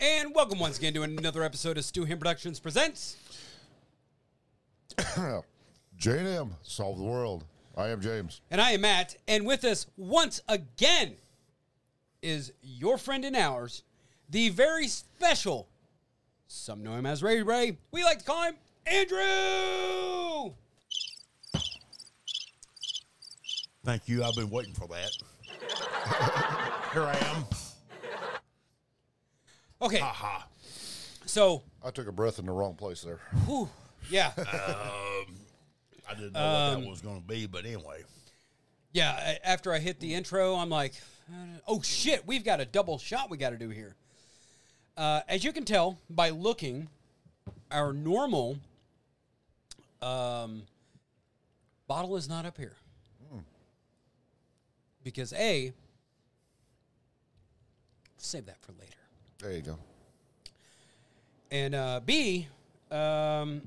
And welcome once again to another episode of Stu Him Productions Presents. J&M, solve the world. I am James. And I am Matt. And with us once again is your friend and ours, the very special, some know him as Ray Ray. We like to call him Andrew. Thank you. I've been waiting for that. Here I am. Okay, Aha. so, I took a breath in the wrong place there. whew, yeah. I didn't know what that was going to be, but anyway. Yeah, I- after I hit the intro, I'm like, oh shit, we've got a double shot we got to do here. Uh, as you can tell by looking, our normal um, bottle is not up here. Because A, save that for later. There you go. And uh, B, um,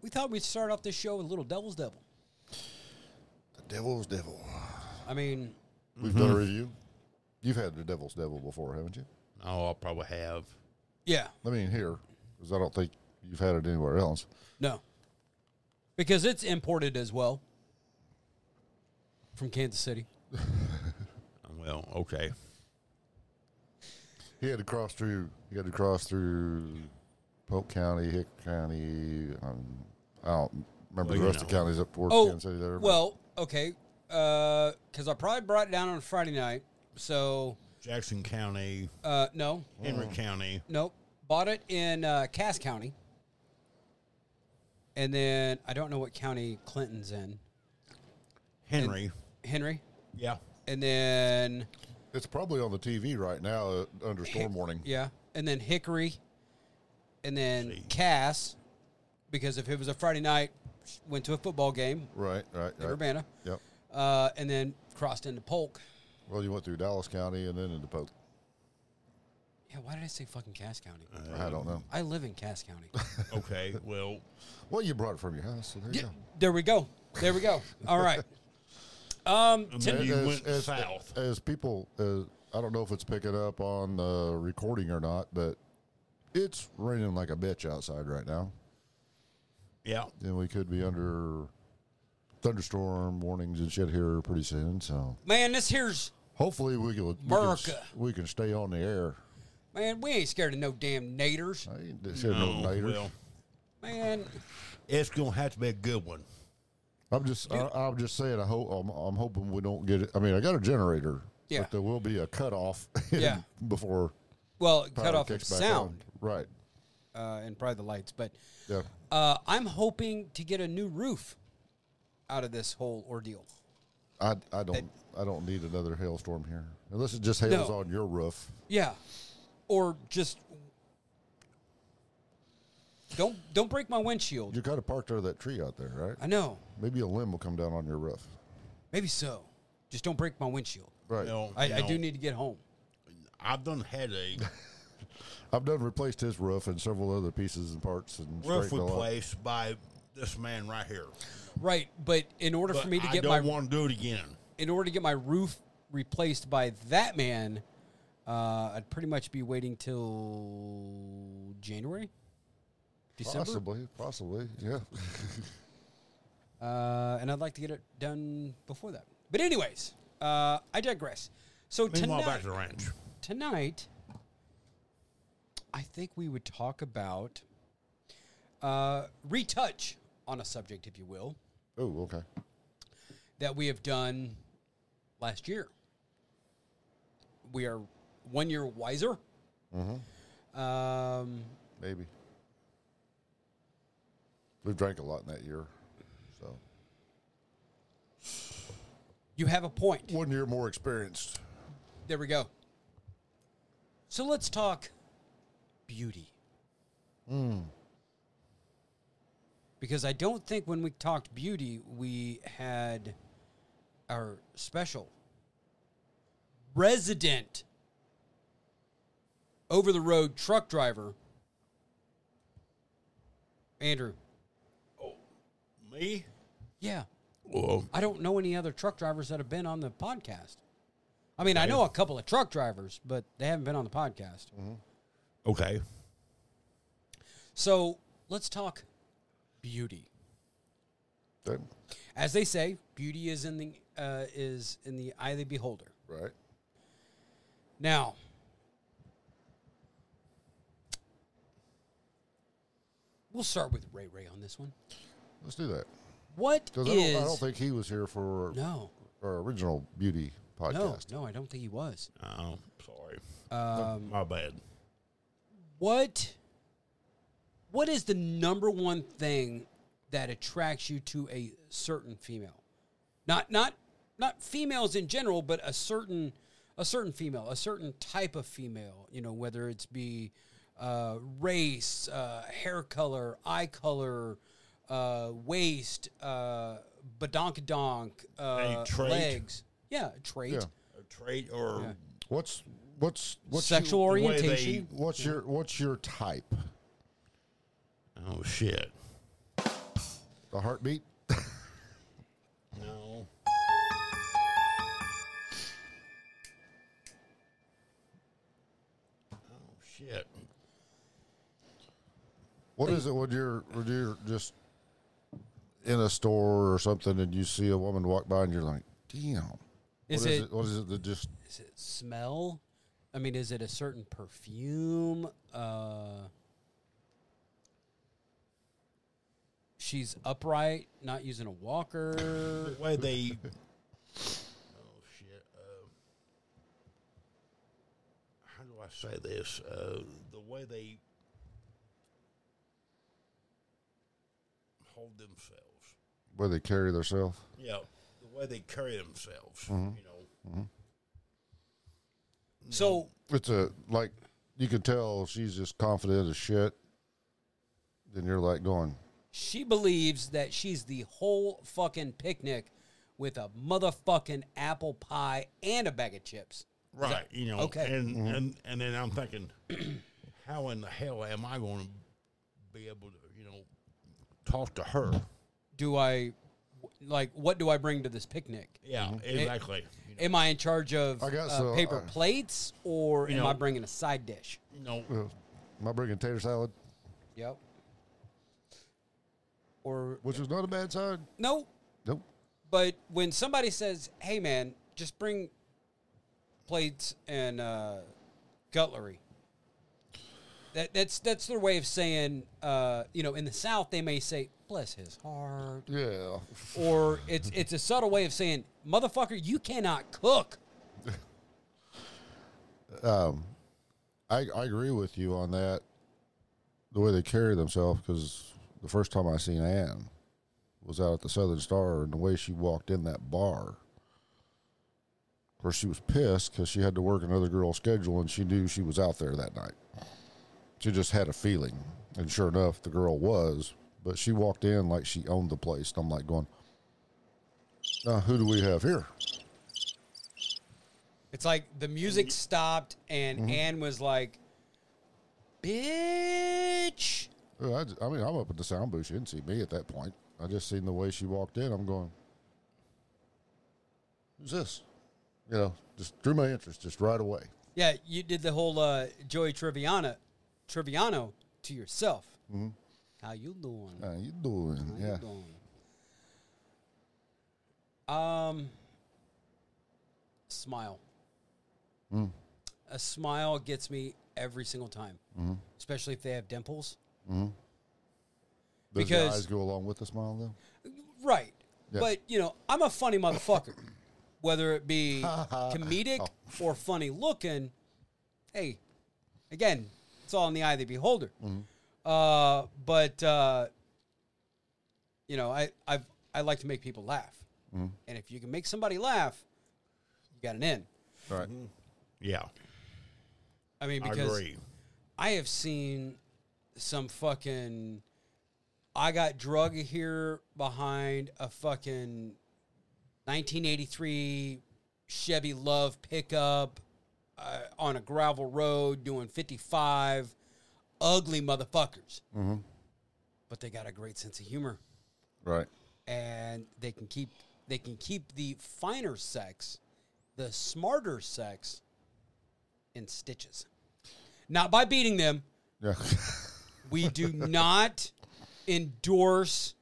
we thought we'd start off this show with a little Devil's Devil. The devil's devil. I mean, We've Mm-hmm. done a review. You've had the devil's devil before, haven't you? Oh, I'll probably have. yeah, I mean, here, because I don't think you've had it anywhere else. No. Because it's imported as well from Kansas City. Well, okay. He had to cross through. He had to cross through Polk County, Hick County. Um, I don't remember Well, the you rest of the know. counties up towards Oh, Kansas City there. but well, okay. Because I probably brought it down on Friday night. So, Jackson County, uh, no, Henry County. nope. Bought it in uh, Cass County. And then I don't know what county Clinton's in. Henry. Henry. yeah. And then, it's probably on the TV right now uh, under storm warning. yeah. And then Hickory. And then See. Cass. Because if it was a Friday night, went to a football game Right, right, in right. Urbana. Yep. uh, and then crossed into Polk. Well, you went through Dallas County and then into Polk. Yeah, why did I say fucking Cass County? I don't know. I live in Cass County. Okay. Well, Well, you brought it from your house, so there you go. there we go. There we go. All right. Um, and then As- you as- went as- south. As people, as, I don't know if it's picking up on the recording or not, but it's raining like a bitch outside right now. yeah. And we could be under thunderstorm warnings and shit here pretty soon. So man, this here's hopefully we can, we can, s- America. we can stay on the air. man. We ain't scared of no damn naders, I ain't just hitting no Oh, later. well, man. it's going to have to be a good one. I'm just, I, I'm just saying. I hope, I'm, I'm hoping we don't get it. I mean, I got a generator, Yeah. but there will be a cutoff Yeah. before Well, it cut power off the kicks back sound on. Right. uh, and probably the lights, but Yeah. uh, I'm hoping to get a new roof out of this whole ordeal. I, I don't I don't need another hailstorm here unless it just hails No. on your roof. Yeah, or just don't don't break my windshield. You're kind of parked under that tree out there, right? I know. Maybe a limb will come down on your roof. Maybe so. Just don't break my windshield. Right. Well, I, you I do know, need to get home. I've done had a I've done replaced his roof and several other pieces and parts and roof straightened a lot. replaced by this man right here. Right, but in order But for me to I get don't my want to do it again. in order to get my roof replaced by that man, uh, I'd pretty much be waiting till January, December, Possibly, possibly, yeah. uh, and I'd like to get it done before that. But anyways, uh, I digress. So Meanwhile, tonight, back to the ranch. tonight, I think we would talk about uh, retouch on a subject, if you will. oh, okay. that we have done last year. We are one year wiser. Um, Maybe. We've drank a lot in that year, so you have a point. one year more experienced. There we go. So let's talk beauty. Because I don't think when we talked beauty, we had our special resident over the road truck driver, Andrew. Me? Yeah. Well, I don't know any other truck drivers that have been on the podcast. I mean, I know a couple of truck drivers, but they haven't been on the podcast. Okay. So let's talk beauty. Okay. As they say, beauty is in the uh, is in the eye of the beholder. Right. Now, we'll start with Ray Ray on this one. Let's do that. What Because I, is? don't, I don't think he was here for no, our original beauty no, podcast. no. I don't think he was. Oh, sorry. My bad. What? What is the number one thing that attracts you to a certain female? Not not not females in general, but a certain a certain female, a certain type of female. You know, whether it's be uh, race, uh, hair color, eye color, uh, waist, uh, badonkadonk, uh, trait. legs. Yeah, a trait. Yeah. A trait or What's what's what's Sexual the way they- orientation. Your, what's your what's your type? oh shit. The heartbeat. No. Oh shit. What is it when you're when you're just in a store or something and you see a woman walk by and you're like, damn. Is what is it- it? What is it that just is it smell? I mean, is it a certain perfume? Uh, she's upright, not using a walker. The way they. oh shit. Uh, how do I say this? Uh, the way they hold themselves. where they carry themselves? Yeah, the way they carry themselves. You know. so, It's a like you can tell she's just confident as shit. Then you're like going, She believes that she's the whole fucking picnic with a motherfucking apple pie and a bag of chips. Right. you know. okay. Mm-hmm. And and and then I'm thinking, how in the hell am I going to be able to, you know, talk to her? Do I, like, what do I bring to this picnic? Yeah, Mm-hmm. exactly. you know, Am I in charge of I guess uh, so. paper I- plates or You am know- I bringing a side dish? you know, "Am I bringing tater salad?" Yep. Or Which is not a bad sign. no, Nope. but when somebody says, "Hey, man, just bring plates and uh, cutlery," that that's that's their way of saying, uh, you know, in the South they may say, "Bless his heart," Yeah. or it's it's a subtle way of saying, "Motherfucker, you cannot cook." um, I, I agree with you on that. The way they carry themselves, because the first time I seen Ann was out at the Southern Star, and the way she walked in that bar, of course she was pissed because she had to work another girl's schedule, and she knew she was out there that night. She just had a feeling, and sure enough, the girl was. But she walked in like she owned the place, and I'm like going, "Now who do we have here?" It's like the music stopped and Anne was like, "Bitch." Well, I, j- I mean, I'm up in the sound booth. She didn't see me at that point. I just seen the way she walked in. I'm going, who's this? You know, just drew my interest just right away. Yeah, you did the whole uh, Joey Triviana, Triviano to yourself. How you doing? How you doing? How Uh, Yeah. you doing? Um, smile. A smile gets me every single time, especially if they have dimples. Does your Because- eyes go along with the smile, though? Right. Yeah. But, you know, I'm a funny motherfucker. Whether it be comedic or funny looking, hey, again, it's all in the eye of the beholder. Uh, but, uh, you know, I, I've, I like to make people laugh. And if you can make somebody laugh, you got an in. Right. yeah, I mean, I because agree. I have seen some fucking. I got drug here behind a fucking 1983 Chevy Love pickup uh, on a gravel road doing 55. Ugly motherfuckers. But they got a great sense of humor Right. and they can keep they can keep the finer sex, the smarter sex, in stitches. not by beating them. Yeah. We do not endorse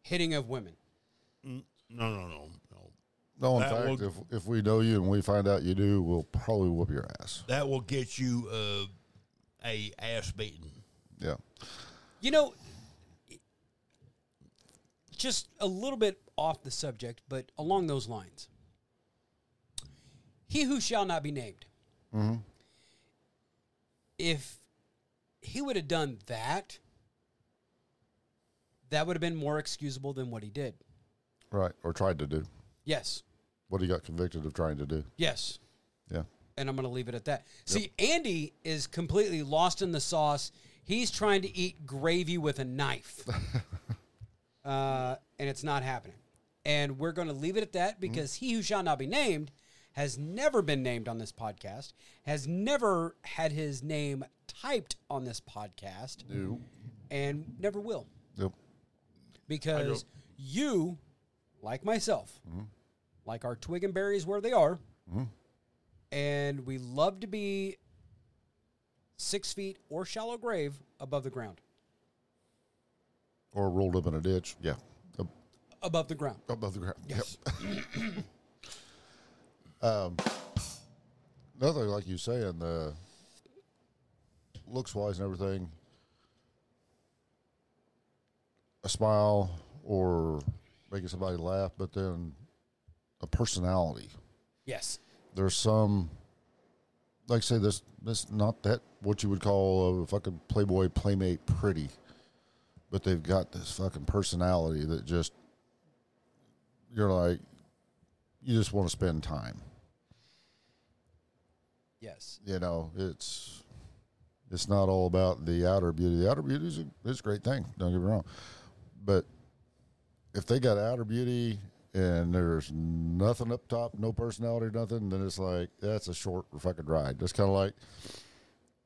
hitting of women. Mm, No, no, no, no. No, in That fact, will- if, if we know you and we find out you do, we'll probably whoop your ass. That will get you uh, a ass beating. Yeah. You know, just a little bit off the subject, but along those lines. He who shall not be named. If he would have done that, that would have been more excusable than what he did. Right. Or tried to do. Yes. What he got convicted of trying to do. Yes. Yeah. and I'm going to leave it at that. See, Andy is completely lost in the sauce. He's trying to eat gravy with a knife, uh, and it's not happening. And we're going to leave it at that because he who shall not be named has never been named on this podcast, has never had his name typed on this podcast, and never will Yep. because you, like myself, like our twig and berries where they are, and we love to be six feet or shallow grave above the ground. Or rolled up in a ditch. Yeah. Up, Above the ground. above the ground. Yep. um, another, thing, like you saying, the looks wise and everything, a smile or making somebody laugh, but then a personality. Yes. there's some like I say this this not that what you would call a fucking playboy playmate pretty but they've got this fucking personality that just you're like you just want to spend time Yes. you know it's it's not all about the outer beauty the outer beauty is a, is a great thing don't get me wrong but if they got outer beauty and there's nothing up top no personality nothing then it's like that's a short fucking ride that's kind of like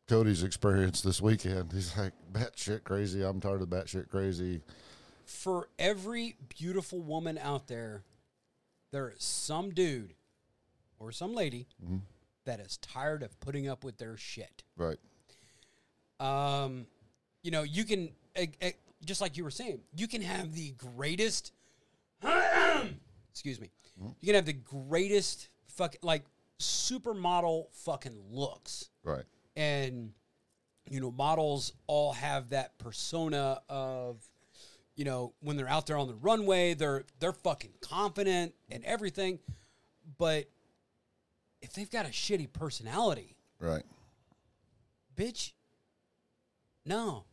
cody's experience this weekend he's like batshit crazy i'm tired of batshit crazy For every beautiful woman out there, there is some dude or some lady that is tired of putting up with their shit. right um, you know, you can eh, eh, just like you were saying, you can have the greatest. excuse me. You can have the greatest fuck like supermodel fucking looks, right and you know, models all have that persona of. You know, when they're out there on the runway, they're they're fucking confident and everything, but if they've got a shitty personality, right bitch, no,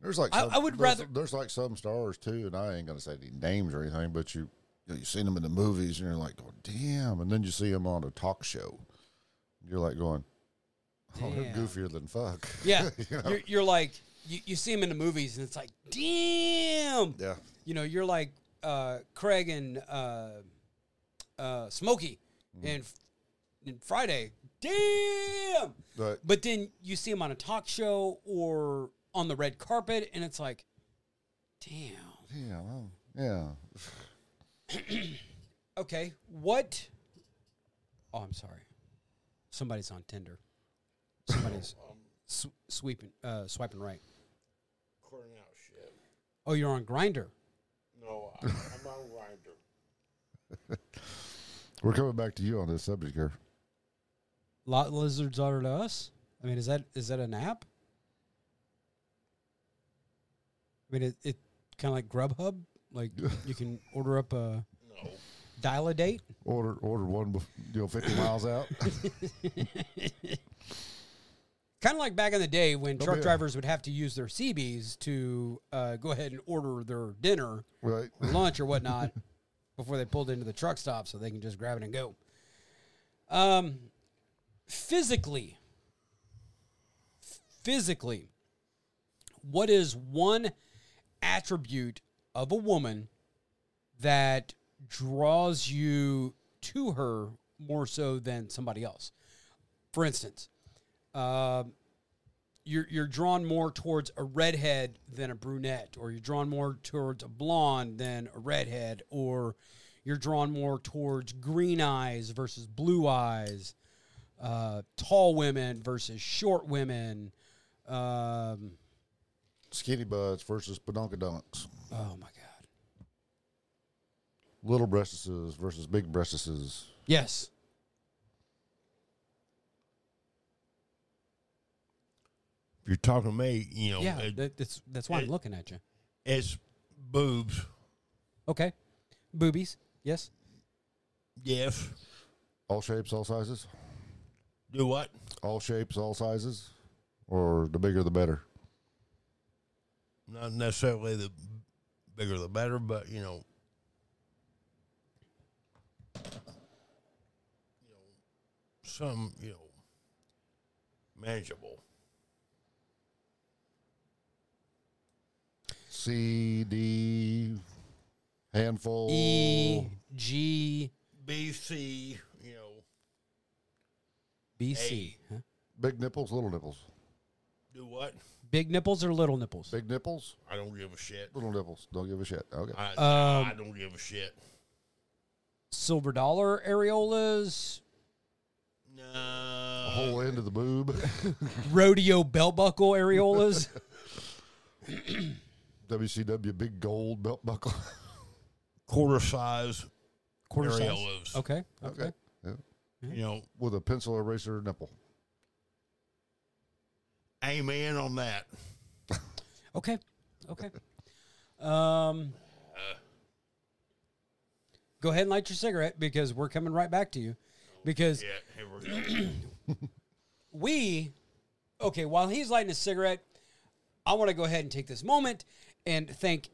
There's like I- some, I would there's- rather- there's like some stars too, and I ain't gonna say any names or anything, but you you know, you've seen them in the movies, and you're like, going, damn, and then you see them on a talk show, you're like going, oh, they're Damn. goofier than fuck. Yeah, You know? you're, you're like you, you see him in the movies, and it's like, damn. yeah, You know, you're like uh, Craig and uh, uh, Smokey Mm-hmm. and and Friday. Damn. but But then you see him on a talk show or on the red carpet, and it's like, damn. yeah, well, yeah, Okay, what? Oh, I'm sorry. Somebody's on Tinder. Somebody's sw- sweeping, uh, swiping right. Clearing out shit. Oh, you're on Grinder. No, I, I'm on grinder. we're coming back to you on this subject here. lot lizards are to us. I mean, is that is that an app? I mean, it, it kind of like Grubhub. Like you can order up a No, dial a date. Order order one, bef- you know, fifty miles out. Kind of like back in the day when truck yeah. drivers would have to use their CBs to uh, go ahead and order their dinner, right? or lunch, or whatnot before they pulled into the truck stop, so they can just grab it and go. Um, physically, physically, what is one attribute of a woman that draws you to her more so than somebody else? For instance, um, you're you're drawn more towards a redhead than a brunette, or you're drawn more towards a blonde than a redhead, or you're drawn more towards green eyes versus blue eyes. uh, tall women versus short women. Um, Skinny buds versus pedonkadonks. oh my god! Little breastuses versus big breastuses. Yes, If you're talking to me, you know, yeah. it- that- that's that's why I'm it- looking at you. it's boobs. Okay, boobies. Yes. Yes. All shapes, all sizes. Do what? All shapes, all sizes. Or the bigger the better. Not necessarily the bigger the better, but you know. you know, Some, you know, manageable. C D handful. Oh. E G BC, you know, B C. Huh? Big nipples, little nipples. do what? Big nipples or little nipples? Big nipples, I don't give a shit. little nipples. Don't give a shit. Okay. I, Um, I don't give a shit. Silver dollar areolas, No. Whole end of the boob. rodeo bell buckle areolas. WCW big gold belt buckle. quarter size Quarter size. areolas. Okay. Okay. okay. Yeah. You know, With a pencil eraser nipple. amen on that. Okay. Okay. Um, Uh. go ahead and light your cigarette because we're coming right back to you. Because Yeah, here we go. we, okay, while he's lighting his cigarette, I want to go ahead and take this moment and thank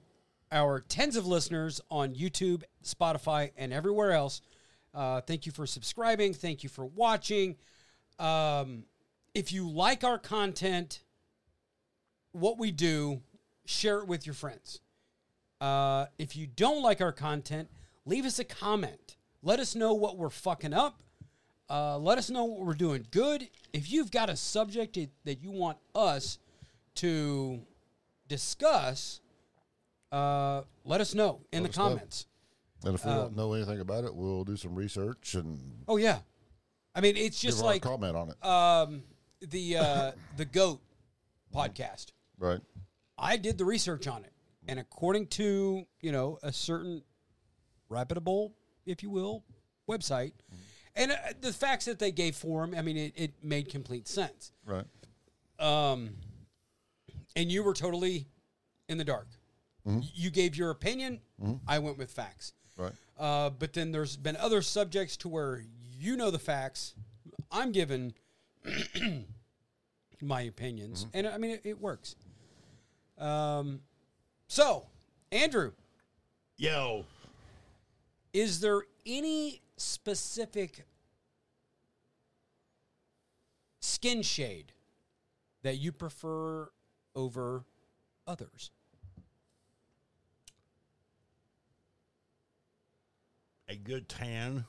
our tens of listeners on YouTube, Spotify, and everywhere else. Uh, thank you for subscribing. Thank you for watching. Um, if you like our content, what we do, share it with your friends. Uh, if you don't like our content, leave us a comment. Let us know what we're fucking up. Uh, let us know what we're doing good. If you've got a subject that- that you want us to discuss, uh, let us know in the us know. comments. And if we Um, don't know anything about it, we'll do some research and Oh yeah, I mean it's give just our like comment on it. um, the uh, the goat podcast. right. I did the research on it, and according to you know a certain reputable, if you will, website, and uh, the facts that they gave for him, I mean, it, it made complete sense. Right. Um, and you were totally in the dark. You gave your opinion. I went with facts. Right. Uh, but then there's been other subjects to where you know the facts. I'm given my opinions, and I mean it, it works. Um, so Andrew, Yo, is there any specific skin shade that you prefer over others? a good tan,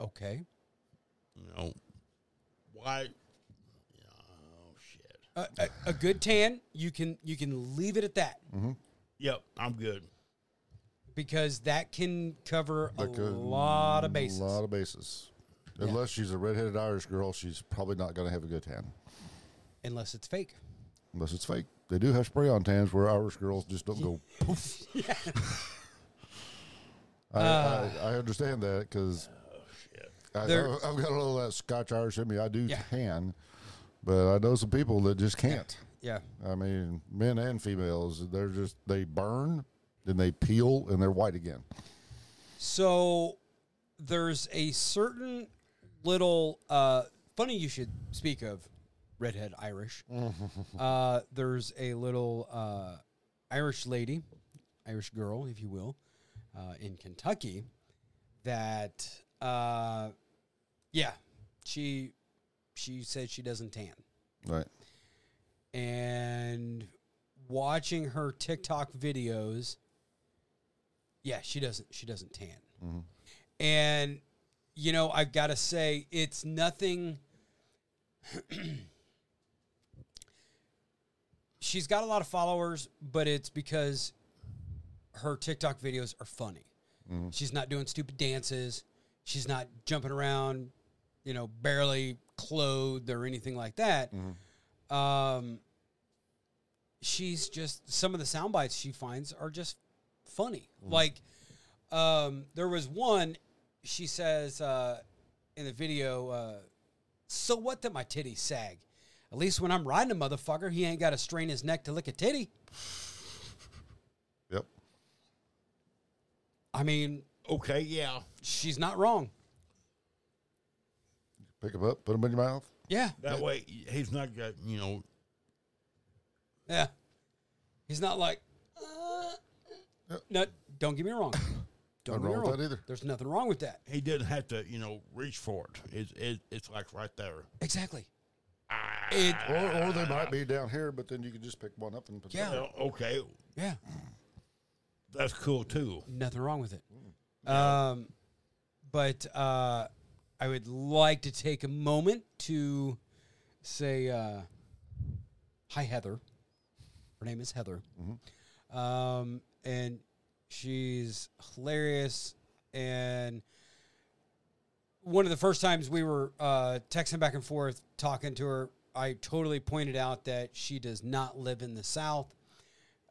Okay. you know, white. Oh, shit. A, a, a good tan, you can you can leave it at that Yep, I'm good. because that can cover a Like a lot of bases. A lot of bases. Unless she's a redheaded Irish girl, she's probably not going to have a good tan. unless it's fake. Unless it's fake. They do have spray on tans where Irish girls just don't go poof. I, I, I understand that because Oh, Shit. I've There- I've got a little of that Scotch Irish in me. I do Yeah. tan, but I know some people that just can't. Yeah. I mean, men and females, they're just, they burn, then they peel, and they're white again. So there's a certain little uh, funny you should speak of redhead Irish. uh, there's a little uh, Irish lady, Irish girl, if you will, uh, in Kentucky that uh, yeah, she she said she doesn't tan. Right. and watching her TikTok videos, yeah, she doesn't she doesn't tan. And you know, I've got to say it's nothing She's got a lot of followers, but it's because her TikTok videos are funny. She's not doing stupid dances. She's not jumping around you know, barely clothed or anything like that. Um, she's just some of the sound bites she finds are just funny. Mm-hmm. Like, um, there was one she says uh, in the video. Uh, so what that my titties sag? At least when I'm riding a motherfucker, he ain't got to strain his neck to lick a titty. Yep. I mean, Okay, yeah. she's not wrong. Pick them up, put them in your mouth. Yeah, That way he's not got you know yeah. He's not like. Uh, no, don't get me wrong. Don't get Nothing me wrong wrong. with that either. There's nothing wrong with that. he doesn't have to you know reach for it. It's it, it's like right there. Exactly. Ah. It, Or, or they might be down here, but then you can just pick one up and put Yeah. Well, okay, yeah, that's cool too. nothing wrong with it. Um, but uh, I would like to take a moment to say, uh, hi, Heather. Her name is Heather. Um, and she's hilarious. And one of the first times we were uh, texting back and forth, talking to her, I totally pointed out that she does not live in the South,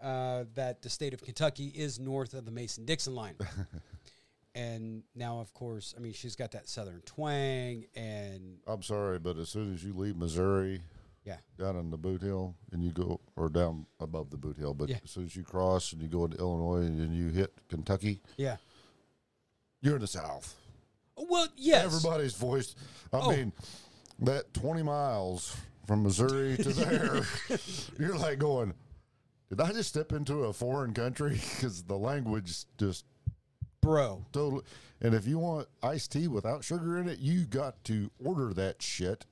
uh, that the state of Kentucky is north of the Mason Dixon line. and now, of course, I mean, she's got that Southern twang. And I'm sorry, but as soon as you leave Missouri yeah, down in the boot hill and you go, or down above the boot hill, but Yeah. as soon as you cross and you go into Illinois and then you hit Kentucky, yeah. you're in the South. Well, yes. Oh. Everybody's voice. I mean, that 20 miles from Missouri to there, you're like going, did I just step into a foreign country? Because the language just Bro. totally. And if you want iced tea without sugar in it, you got to order that shit.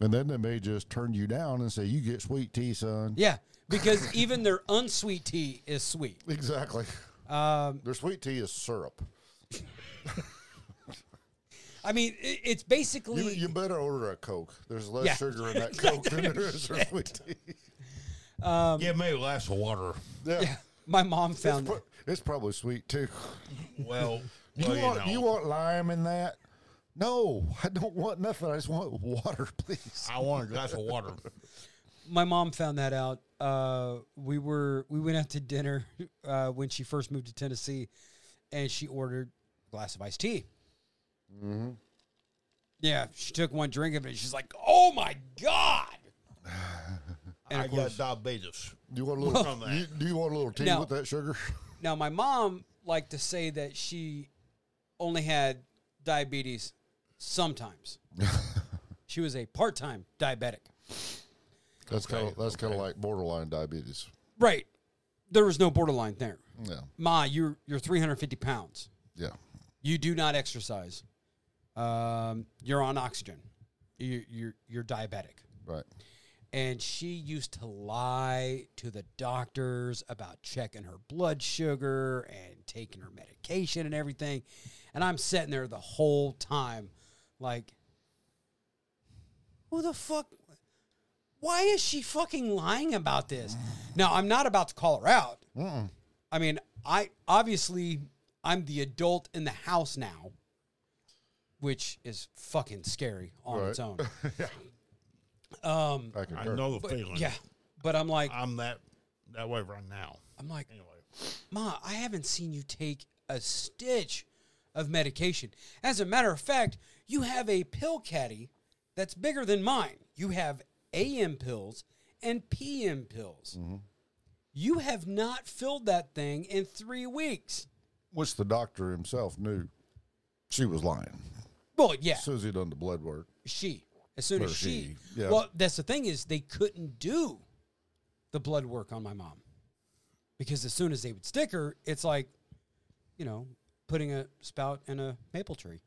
And then they may just turn you down and say, you get sweet tea, son. Yeah, because even their unsweet tea is sweet. Exactly. Um, Their sweet tea is syrup. I mean, i it's You, basically you better order a Coke. There's less Yeah. sugar in that Coke than there is for sweet tea. Um, Give me a glass of water. yeah. my mom found. Pro- It's probably sweet too. Well, Do well, you, want, know. do you want lime in that? No, I don't want nothing. I just want water, please. I want a glass of water. my mom found that out. Uh, we were we went out to dinner uh, when she first moved to Tennessee, and she ordered a glass of iced tea. Mm-hmm. Yeah, she took one drink of it. She's like, "Oh my god!" And I of course, got diabetes. Do you want a little? From that. you- do you want a little tea No. with that sugar? now my mom liked to say that she only had diabetes sometimes. she was a part-time diabetic. That's kind of that's kind of like borderline diabetes. Right. There was no borderline there. Yeah, Ma, you're you're 350 pounds. yeah. You do not exercise. Um, you're on oxygen. You, you're you're diabetic. Right. And she used to lie to the doctors about checking her blood sugar and taking her medication and everything. And I'm sitting there the whole time, like, who the fuck? Why is she fucking lying about this? Now, I'm not about to call her out. I mean, I obviously I'm the adult in the house now, which is fucking scary on its own. I can I turn. know the feeling. yeah. But I'm like, I'm that that way right now. I'm like, Anyway, Ma, I haven't seen you take a stitch of medication. As a matter of fact, you have a pill caddy that's bigger than mine. You have AM pills and PM pills. Mm-hmm. You have not filled that thing in three weeks. Which the doctor himself knew she was lying. Well, yeah, Susie done the blood work. she. As soon as Or she, she, yeah. well, that's the thing is they couldn't do the blood work on my mom because as soon as they would stick her, it's like, you know, putting a spout in a maple tree.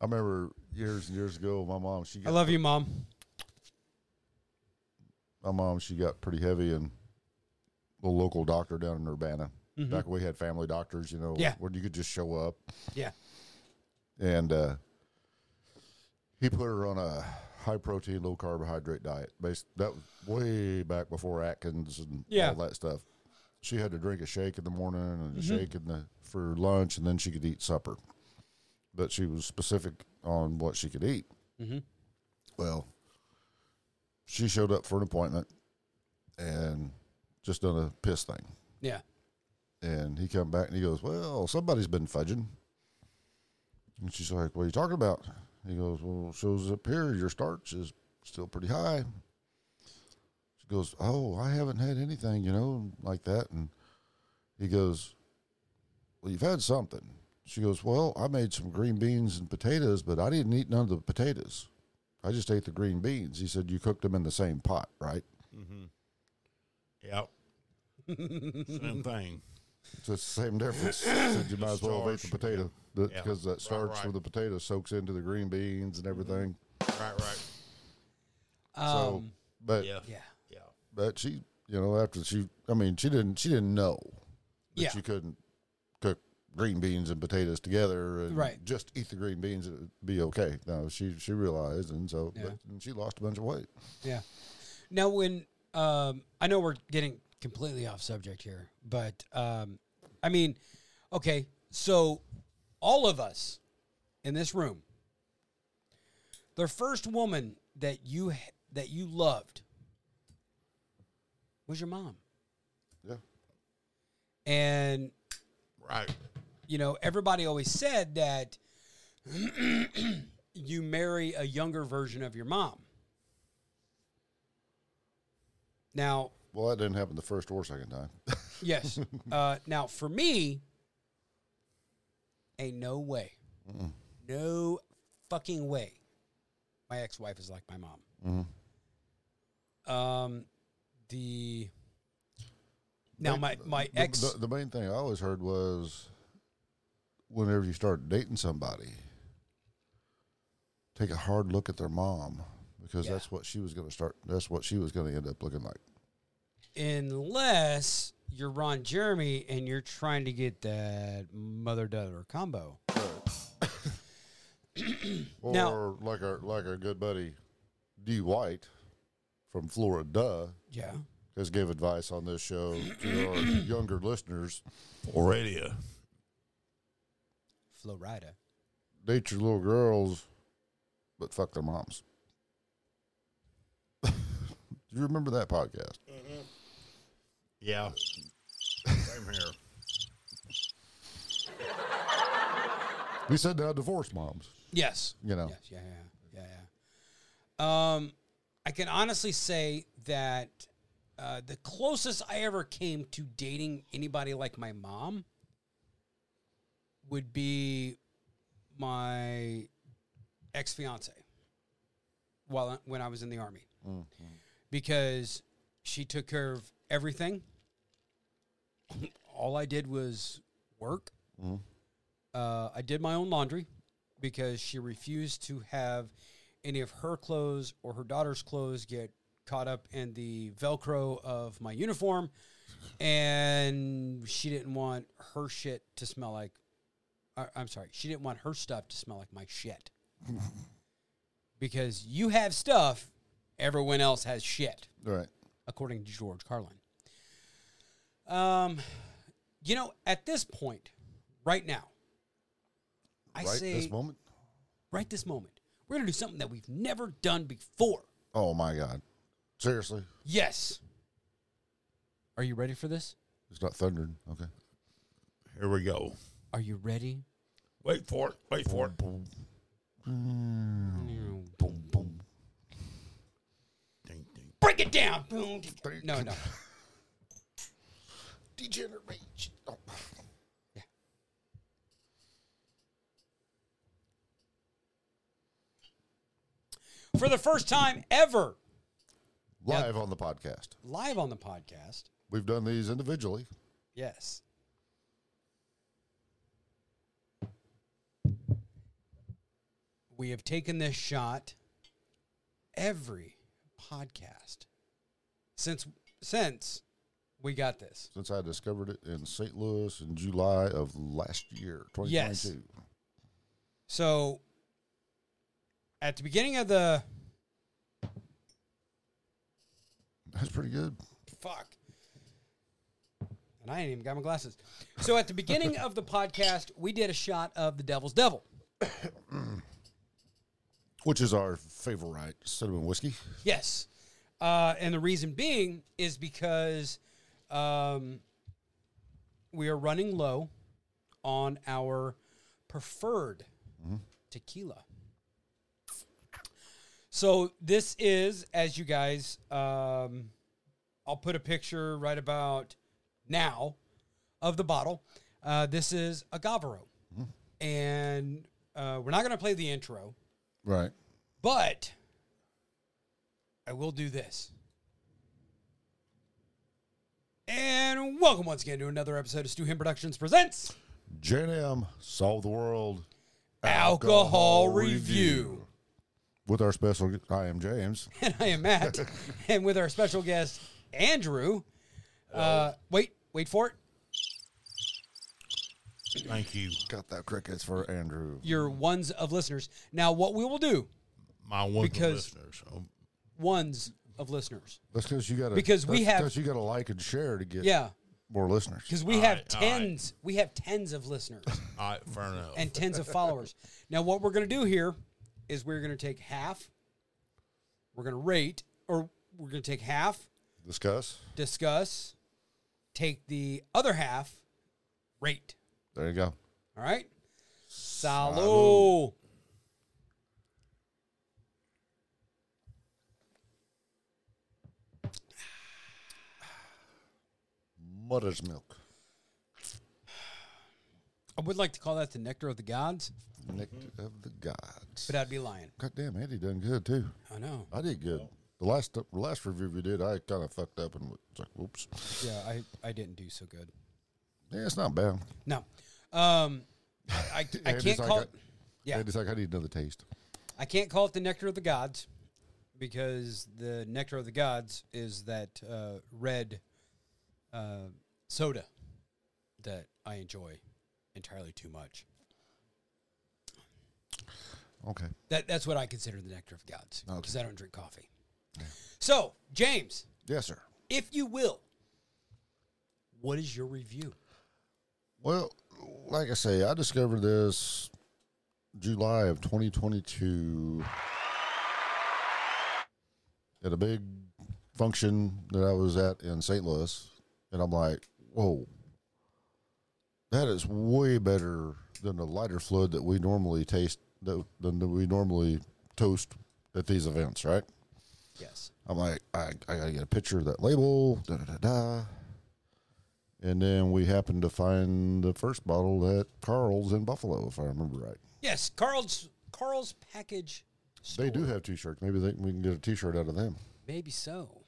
I remember years and years ago, my mom she I got, love you, mom. my mom she got pretty heavy and the local doctor down in Urbana. Back when we had family doctors, you know, Mm-hmm. Yeah. where you could just show up. Yeah, and uh, he put her on a high protein, low carbohydrate diet. Based that was way back before Atkins and Yeah. Mm-hmm. all that stuff. she had to drink a shake in the morning and a shake in the for lunch, and then she could eat supper. But she was specific on what she could eat. Mhm. Well, she showed up for an appointment and just done a piss thing. Yeah. And he come back and he goes, "Well, somebody's been fudging." And she's like, "What are you talking about?" He goes, "Well, it shows up here. Your starch is still pretty high." She goes, "Oh, I haven't had anything, you know, like that." And he goes, "Well, you've had something." She goes, "Well, I made some green beans and potatoes, but I didn't eat none of the potatoes. I just ate the green beans." He said, "You cooked them in the same pot, right?" Yep. Same thing. So it's the same difference. So you might as well have ate the Starch, potato Yeah. because that Right, starch right. from the potato soaks into the green beans and everything. Right, right. So, Um, but Mm-hmm. Yeah. yeah. Yeah. but she, you know, after she, I mean, she didn't she didn't know that Yeah. you couldn't cook green beans and potatoes together and Right. just eat the green beans and it'd be okay. No, she she realized and so Yeah. but, and she lost a bunch of weight. Yeah. Now, when um, I know we're getting completely off subject here, but um, I mean, okay, so all of us in this room, the first woman that you that you loved was your mom, Yeah, and Right. you know everybody always said that you marry a younger version of your mom. Now, well, that didn't happen the first or second time. Yes. uh, now, for me, ain't no way. No fucking way. My ex wife is like my mom. Mm-hmm. Um, the. Now, my, my The- ex. The, the main thing I always heard was whenever you start dating somebody, take a hard look at their mom because Yeah. that's what she was going to start. That's what she was going to end up looking like. unless you're Ron Jeremy and you're trying to get that mother daughter combo. Or Now- like our like our good buddy D White from Florida Yeah. has gave advice on this show to our younger listeners. Floridia. Florida. Date your little girls, but fuck their moms. Do you remember that podcast? Yeah. Same here. We said now divorce moms. Yes. You know. Yes, yeah, yeah, yeah, yeah. Um, I can honestly say that uh, the closest I ever came to dating anybody like my mom would be my ex fiance while I, when I was in the army because she took care of everything. All I did was work. Uh, I did my own laundry because she refused to have any of her clothes or her daughter's clothes get caught up in the Velcro of my uniform. And she didn't want her shit to smell like, I- I'm sorry, she didn't want her stuff to smell like my shit. because you have stuff, everyone else has shit Right. according to George Carlin. Um, you know, at this point, right now, I right say this moment. right this moment, we're gonna do something that we've never done before. Oh my God! Seriously, Yes. Are you ready for this? it's not thundering. Okay. Here we go. Are you ready? Wait for it. Wait for it. Boom, boom. Ding, ding. Break it down. Boom. No, no. Degenerate. Oh. For the first time ever, Live on the podcast. live on the podcast. We've done these individually. Yes. We have taken this shot every podcast since since we got this. since I discovered it in St. Louis in July of last year, 2022. Yes. So at the beginning of the That's pretty good. fuck and I ain't even got my glasses. So at the beginning of the podcast, we did a shot of the Devil's Devil. which is our favorite cinnamon whiskey. Yes. Uh, and the reason being is because um, we are running low on our preferred tequila. So this is, as you guys, um, I'll put a picture right about now of the bottle. Uh, this is Agavero. And uh, we're not going to play the intro. Right. But I will do this. And welcome once again to another episode of Stu Him Productions Presents J&M Solve the World Alcohol, Review. with our special. I am James. And I am Matt. and with our special guest, Andrew. Uh, wait, wait for it. Thank you. Got that crickets for Andrew. Your ones of listeners. Now, what we will do, My one Because- listeners. Um, ones of listeners. That's because you got to Because we have- you got to like and share to get Yeah. more listeners. Because we All have right, all right. tens, we have tens of listeners. all right, fair enough. and tens of followers. Now, what we're going to do here is we're going to take half, we're going to rate, or we're going to take half, Discuss. discuss, take the other half, rate. There you go. All right? Salud. Salud. Mother's milk. I would like to call that the nectar of the gods, Nectar of the gods. but I'd be lying. God damn, Andy done good too. I know. I did good. The last the last review we did, I kind of fucked up and was like, "Whoops." Yeah, I, I didn't do so good. Yeah, it's not bad. No. Um, I, I Andy's can't like, call I- it. Yeah. Andy's like, "I need another taste." I can't call it the nectar of the gods because the nectar of the gods is that uh, red uh, soda that I enjoy entirely too much. Okay. That that's what I consider the nectar of the gods because Okay. I don't drink coffee. So, James, Yes, sir. if you will, what is your review? Well, like I say, I discovered this July of 2022 at a big function that I was at in St. Louis, and I'm like, "Whoa, that is way better than the lighter fluid that we normally taste that, than that we normally toast at these events, right?" Yes. I'm like, I, I gotta get a picture of that label, da da da da. And then we happened to find the first bottle at Carl's in Buffalo, if I remember right. Yes, Carl's Carl's package. Store. They do have T-shirts. Maybe they, we can get a T-shirt out of them. Maybe so.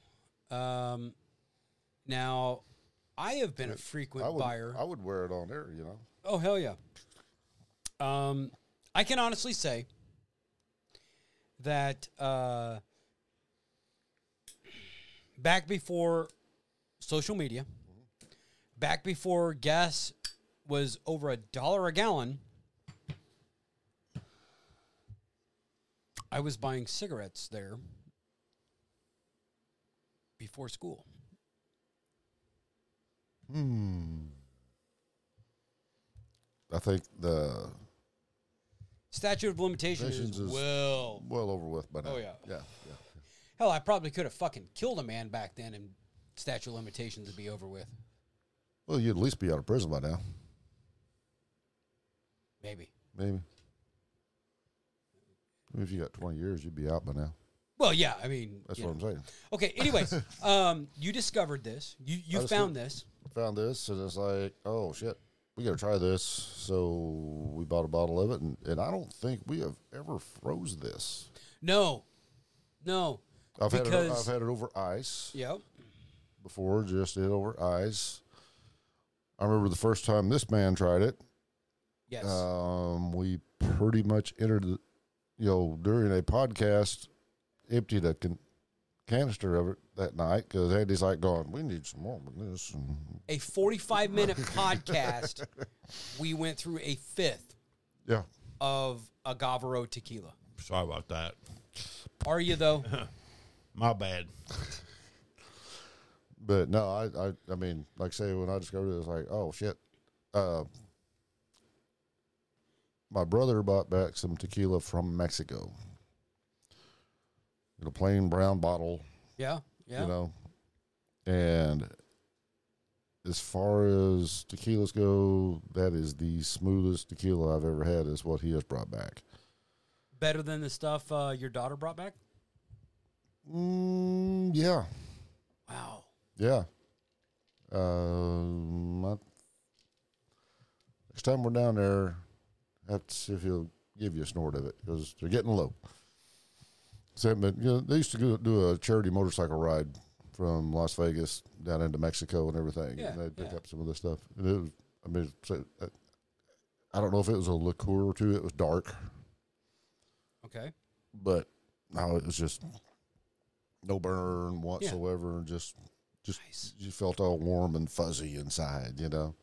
Um, now, I have been a frequent I would, buyer. I would wear it on there, you know. Oh hell yeah. Um, I can honestly say that uh, back before social media, back before gas was over a dollar a gallon, I was buying cigarettes there before school. Hmm. I think the Statute of limitations is, Limitations is- well well over with by now. Oh, yeah. yeah, yeah. Hell, I probably could have fucking killed a man back then, and statute of limitations would be over with. Well, you'd at least be out of prison by now, Maybe. maybe. If you got 20 years, you'd be out by now. Well, yeah. I mean, That's you what know. I'm saying. okay. Anyways, um, you discovered this. You you I found this. found this and it's like, oh shit, we gotta try this. So we bought a bottle of it, and, and I don't think we have ever froze this. No, no. I've had it, because I've had it over ice yep. before, just it over ice. I remember the first time this man tried it. Yes. Um, we pretty much entered, the, you know, during a podcast, emptied a can, canister of it that night because Andy's like going, we need some more of this. And a forty-five minute podcast. We went through a fifth yeah, of Agavero tequila. Sorry about that. Are you though? My bad. But no, I, I, I mean, like I say, when I discovered it, it was like, oh shit. Uh, my brother bought back some tequila from Mexico. In a plain brown bottle, Yeah. Yeah. you know. And as far as tequilas go, that is the smoothest tequila I've ever had. Is what he has brought back. Better than the stuff uh, your daughter brought back? Mm, yeah, Wow. Yeah. Um, I- next time we're down there, have to see if he'll give you a snort of it because they're getting low. Same, but you know, they used to go, do a charity motorcycle ride from Las Vegas down into Mexico and everything, Yeah, and they'd pick yeah. up some of this stuff. And it was, I mean, so, uh, I don't know if it was a liqueur or two. It was dark, Okay. but no, it was just no burn whatsoever, and just Nice. you felt all warm and fuzzy inside, you know.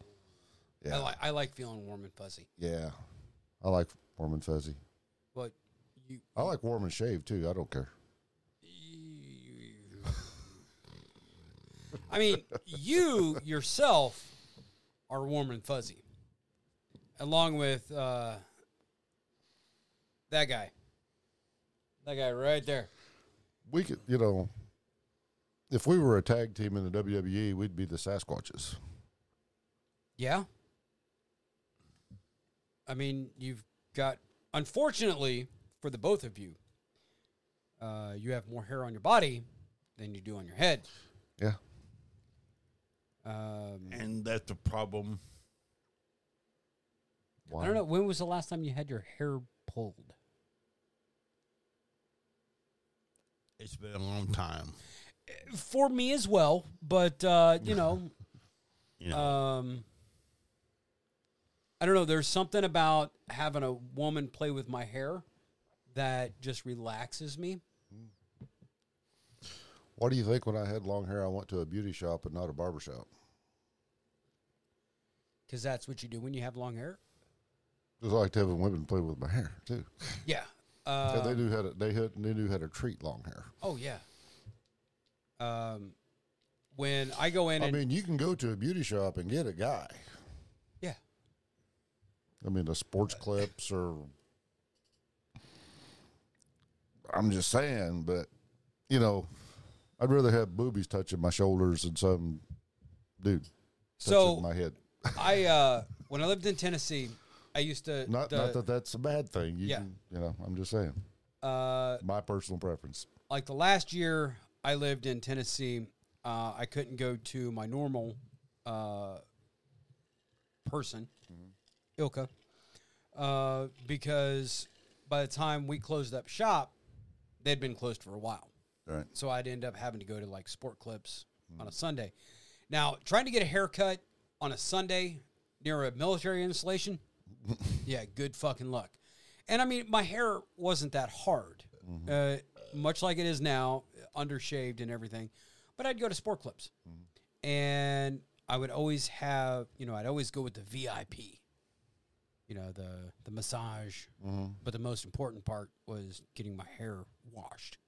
Yeah. I, like I like feeling warm and fuzzy. Yeah. I like warm and fuzzy. But you. I like warm and shaved too. I don't care. I mean, you yourself are warm and fuzzy, along with uh, that guy. That guy right there. We could, you know, if we were a tag team in the WWE, we'd be the Sasquatches. Yeah. I mean, you've got, unfortunately, for the both of you, uh, you have more hair on your body than you do on your head. Yeah. Um, And that's the problem. Why? I don't know. When was the last time you had your hair pulled? It's been a long time. For me as well, but uh, you know, You know, um, I don't know. There's something about having a woman play with my hair that just relaxes me. Why do you think when I had long hair, I went to a beauty shop and not a barber shop? Because that's what you do when you have long hair. Because I like to have women play with my hair too. Yeah. Yeah, Uh, they knew how to they had, they knew how to treat long hair. oh yeah. Um, when I go in I and mean, you can go to a beauty shop and get a guy. yeah, I mean, the sports clips or. I'm just saying, but you know, I'd rather have boobies touching my shoulders than some dude so touching my head. I uh, when I lived in Tennessee, I used to Not, the- not that that's a bad thing. You Yeah. can, you know, I'm just saying uh, my personal preference. like the last year I lived in Tennessee, uh, I couldn't go to my normal uh, person, Ilka, uh, because by the time we closed up shop, they'd been closed for a while. Right. So I'd end up having to go to like sport clips on a Sunday. Now, trying to get a haircut on a Sunday near a military installation, yeah, good fucking luck. And I mean, my hair wasn't that hard, uh, much like it is now, undershaved and everything. But I'd go to sport clips, and I would always have, you know, I'd always go with the VIP, you know, the the massage. But the most important part was getting my hair washed.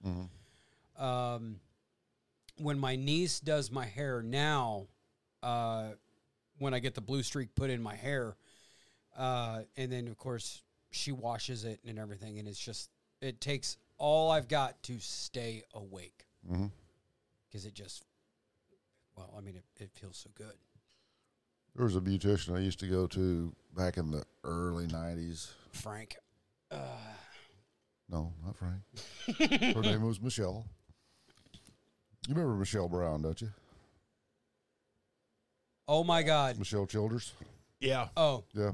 Um, when my niece does my hair now, uh, when I get the blue streak put in my hair, uh, and then of course she washes it and everything, and it's just it takes all I've got to stay awake Mhm. because it just, well, I mean, it, it feels so good. There was a beautician I used to go to back in the early '90s. Frank, uh, No, not Frank. Her name was Michelle. You remember Michelle Brown, don't you? oh my God, Michelle Childers. yeah. oh, Yeah.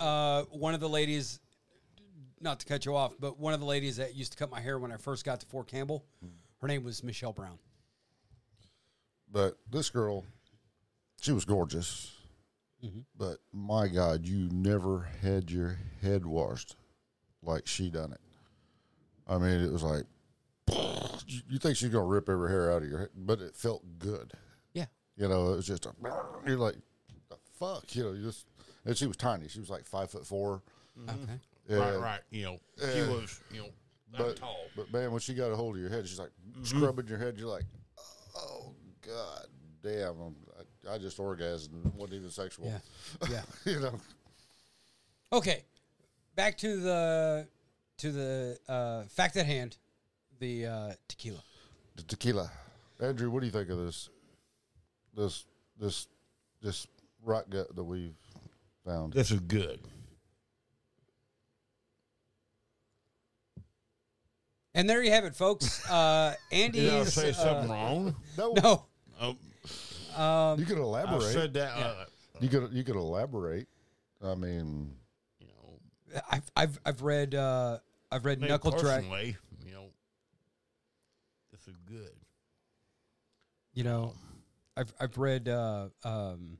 uh, one of the ladies, not to cut you off, but one of the ladies that used to cut my hair when I first got to Fort Campbell, her name was Michelle Brown. But this girl, she was gorgeous. But my God, you never had your head washed like she done it. I mean, it was like you you think she's gonna rip every hair out of your head, but it felt good. Yeah. You know, it was just a you're like, the fuck, you know, you just and she was tiny. She was like five foot four. Okay. Right, Yeah. right. You know, she was, you know, that But, tall. but man, when she got a hold of your head, she's like scrubbing your head. You're like, oh God damn, I'm, I, I just orgasmed. It wasn't even sexual. Yeah. Yeah. you know, Okay, back to the to the uh, fact at hand, the uh, tequila. the tequila. Andrew, what do you think of this? This this this rot gut that we've found. This is good. And there you have it, folks. Uh, Andy's. Did I say uh, um, something wrong? No, No, Oh, you could I elaborate. said that. Uh, you could you could elaborate. I mean, you know, I've I've I've read uh, I've read me Knuckle Track. personally, you know, this is good. You know, I've I've read uh, um,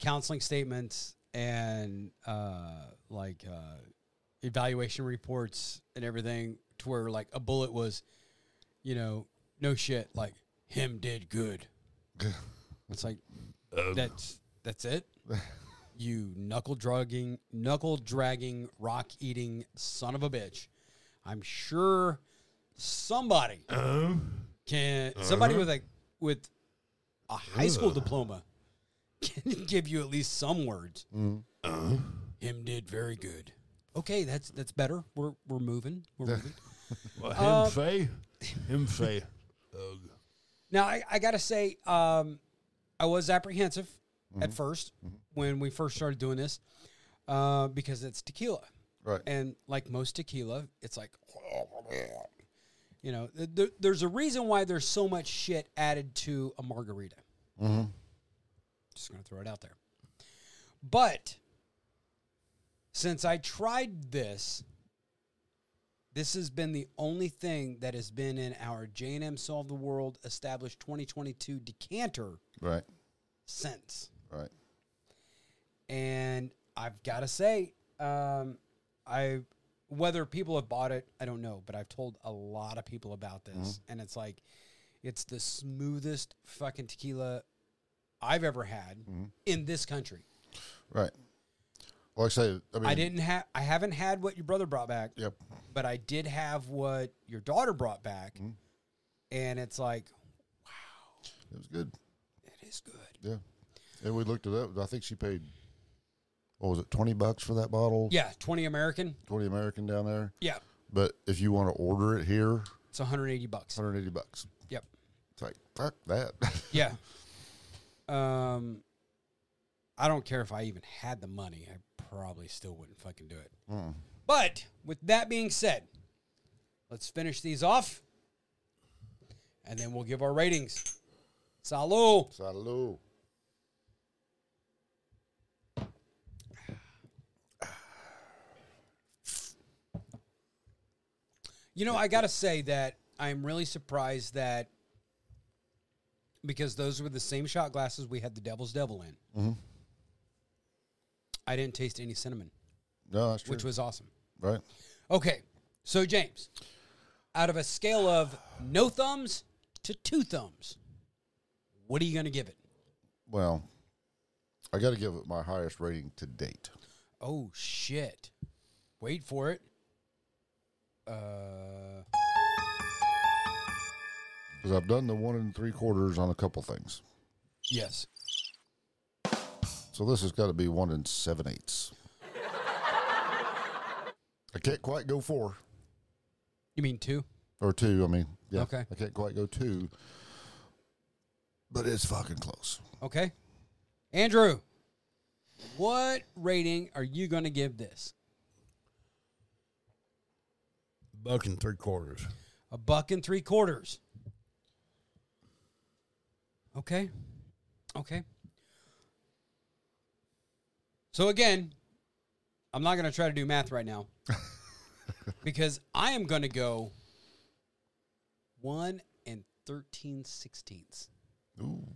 counseling statements and uh, like uh, evaluation reports and everything to where like a bullet was, you know, no shit, like him did good. it's like that's that's it. you knuckle drugging, knuckle dragging, rock eating son of a bitch. I'm sure somebody can somebody with a with a high school diploma can give you at least some words. Him did very good. Okay, that's that's better. We're we're moving. We're moving. Well, him Um, say, him say, ugh. Now, I, I got to say, um, I was apprehensive at 1st when we first started doing this uh, because it's tequila. right? And like most tequila, it's like, you know, th- th- there's a reason why there's so much shit added to a margarita. Just going to throw it out there. But since I tried this, this has been the only thing that has been in our J&M Solve the World established 2022 decanter right, since. right. And I've got to say, um, I whether people have bought it, I don't know, but I've told a lot of people about this, Mm-hmm. and it's like it's the smoothest fucking tequila I've ever had Mm-hmm. in this country. Right. Like I say, I mean, I didn't have, I haven't had what your brother brought back. Yep. but I did have what your daughter brought back, Mm-hmm. and it's like It was good. it is good. Yeah. And we looked it up. I think she paid. What was it? Twenty bucks for that bottle. Yeah, twenty American. Twenty American down there. Yeah, But if you want to order it here, it's one hundred eighty bucks. hundred eighty bucks. Yep. It's like fuck that. Yeah. Um, I don't care if I even had the money. I probably still wouldn't fucking do it. But with that being said, let's finish these off, and then we'll give our ratings. Salud. Salud. You know, I gotta say that I'm really surprised that because those were the same shot glasses we had the Devil's Devil in. I didn't taste any cinnamon, No, that's true. which was awesome. right. Okay, so James, out of a scale of no thumbs to two thumbs, what are you gonna give it? Well, I got to give it my highest rating to date. Oh shit! Wait for it. Uh, Because I've done the one and three quarters on a couple things. yes. So this has got to be one and seven eighths. I can't quite go four You mean two? or two. I mean, yeah, Okay. I can't quite go two, but it's fucking close. Okay. Andrew, what rating are you going to give this? Buck and three quarters. A buck and three quarters. Okay. Okay. So, again, I'm not going to try to do math right now because I am going to go 1 and 13 sixteenths. Ooh,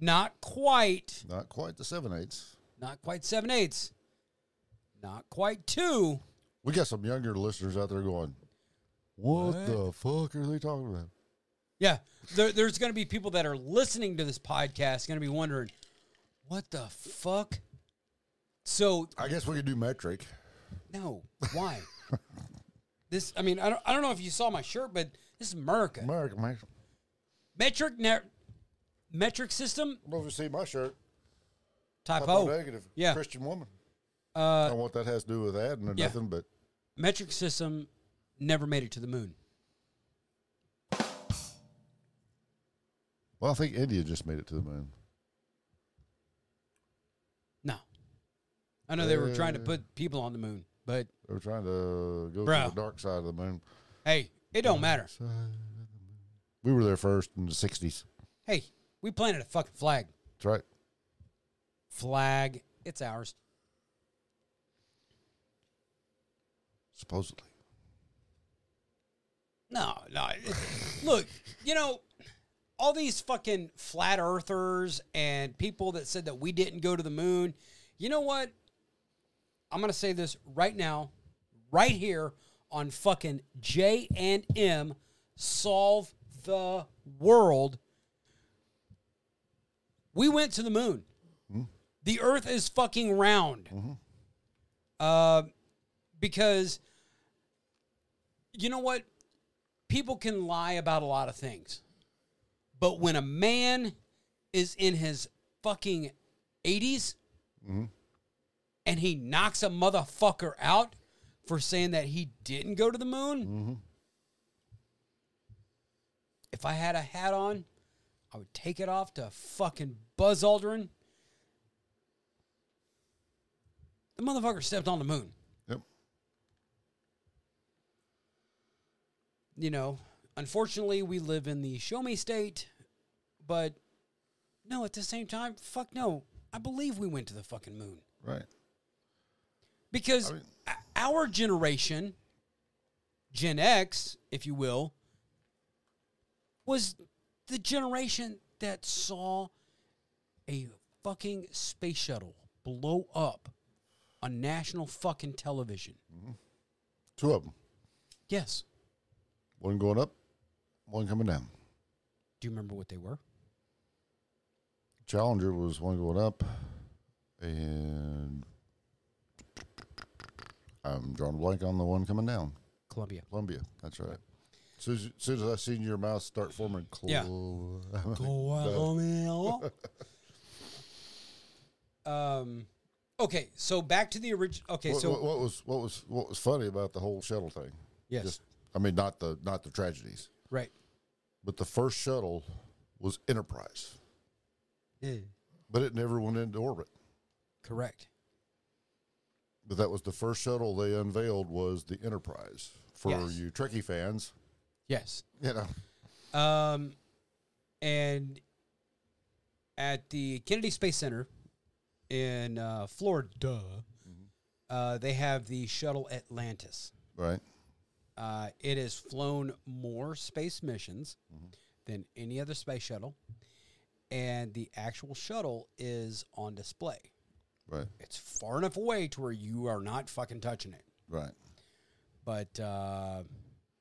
Not quite, not quite the seven eighths. not quite 7 eighths, not quite 2. We got some younger listeners out there going, "What, the fuck are they talking about?" Yeah, there, there's going to be people that are listening to this podcast going to be wondering, what the fuck? So I guess we could do metric. no, why? this, I mean, I don't, I don't know if you saw my shirt, but this is America. America, man. Metric ne- metric system I don't know if you see my shirt. type Typo O. negative. Yeah. Christian woman. Uh, I don't know what that has to do with that and yeah. nothing, but Metric system never made it to the moon. well, I think India just made it to the moon. No. I know they were trying to put people on the moon, but They were trying to go Bro. to the dark side of the moon. hey, it don't matter. We were there first in the '60s. Hey, we planted a fucking flag. That's right. Flag, it's ours. Supposedly. No, no. Look, you know, all these fucking flat earthers and people that said that we didn't go to the moon. You know what? I'm going to say this right now, right here on fucking J and M solve the world. We went to the moon. The earth is fucking round. Uh, because you know what? people can lie about a lot of things. But when a man is in his fucking 80s and he knocks a motherfucker out for saying that he didn't go to the moon, if I had a hat on, I would take it off to fucking Buzz Aldrin. The motherfucker stepped on the moon. Yep. you know, unfortunately, we live in the show me state, but no, at the same time, fuck no. I believe we went to the fucking moon Right. because I mean- o- our generation, Gen X, if you will, was the generation that saw a fucking space shuttle blow up on national fucking television. Two of them. Yes. One going up, one coming down. Do you remember what they were? Challenger was one going up, and I'm drawing a blank on the one coming down. Columbia. Columbia. That's right. As soon as, soon as I seen your mouth start forming, cl- Yeah. um, okay, so back to the original. Okay, what, so what, what was what was what was funny about the whole shuttle thing? yes, I mean, not the not the tragedies, right. but the first shuttle was Enterprise, but it never went into orbit. Correct. But that was the first shuttle they unveiled was the Enterprise for Yes. you Trekkie fans. Yes. You know, Um, and at the Kennedy Space Center in uh, Florida, Mm-hmm. uh, they have the shuttle Atlantis. right? Uh, it has flown more space missions than any other space shuttle, and the actual shuttle is on display. Right. It's far enough away to where you are not fucking touching it, Right. but uh,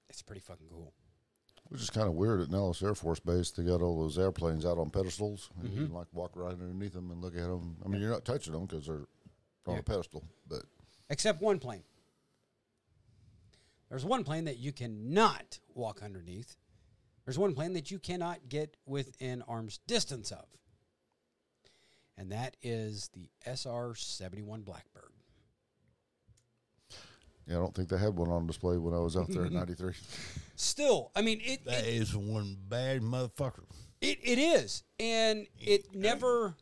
it's pretty fucking cool. Which is kind of weird at Nellis Air Force Base. They got all those airplanes out on pedestals, and Mm-hmm. you can like walk right underneath them and look at them. I mean, you're not touching them because they're on Yeah. a pedestal, but Except one plane. There's one plane that you cannot walk underneath. There's one plane that you cannot get within arm's distance of. And that is the SR 71 Blackbird. yeah, I don't think they had one on display when I was out there in '93. Still, I mean, it, That it, is one bad motherfucker. it, it is. And it never.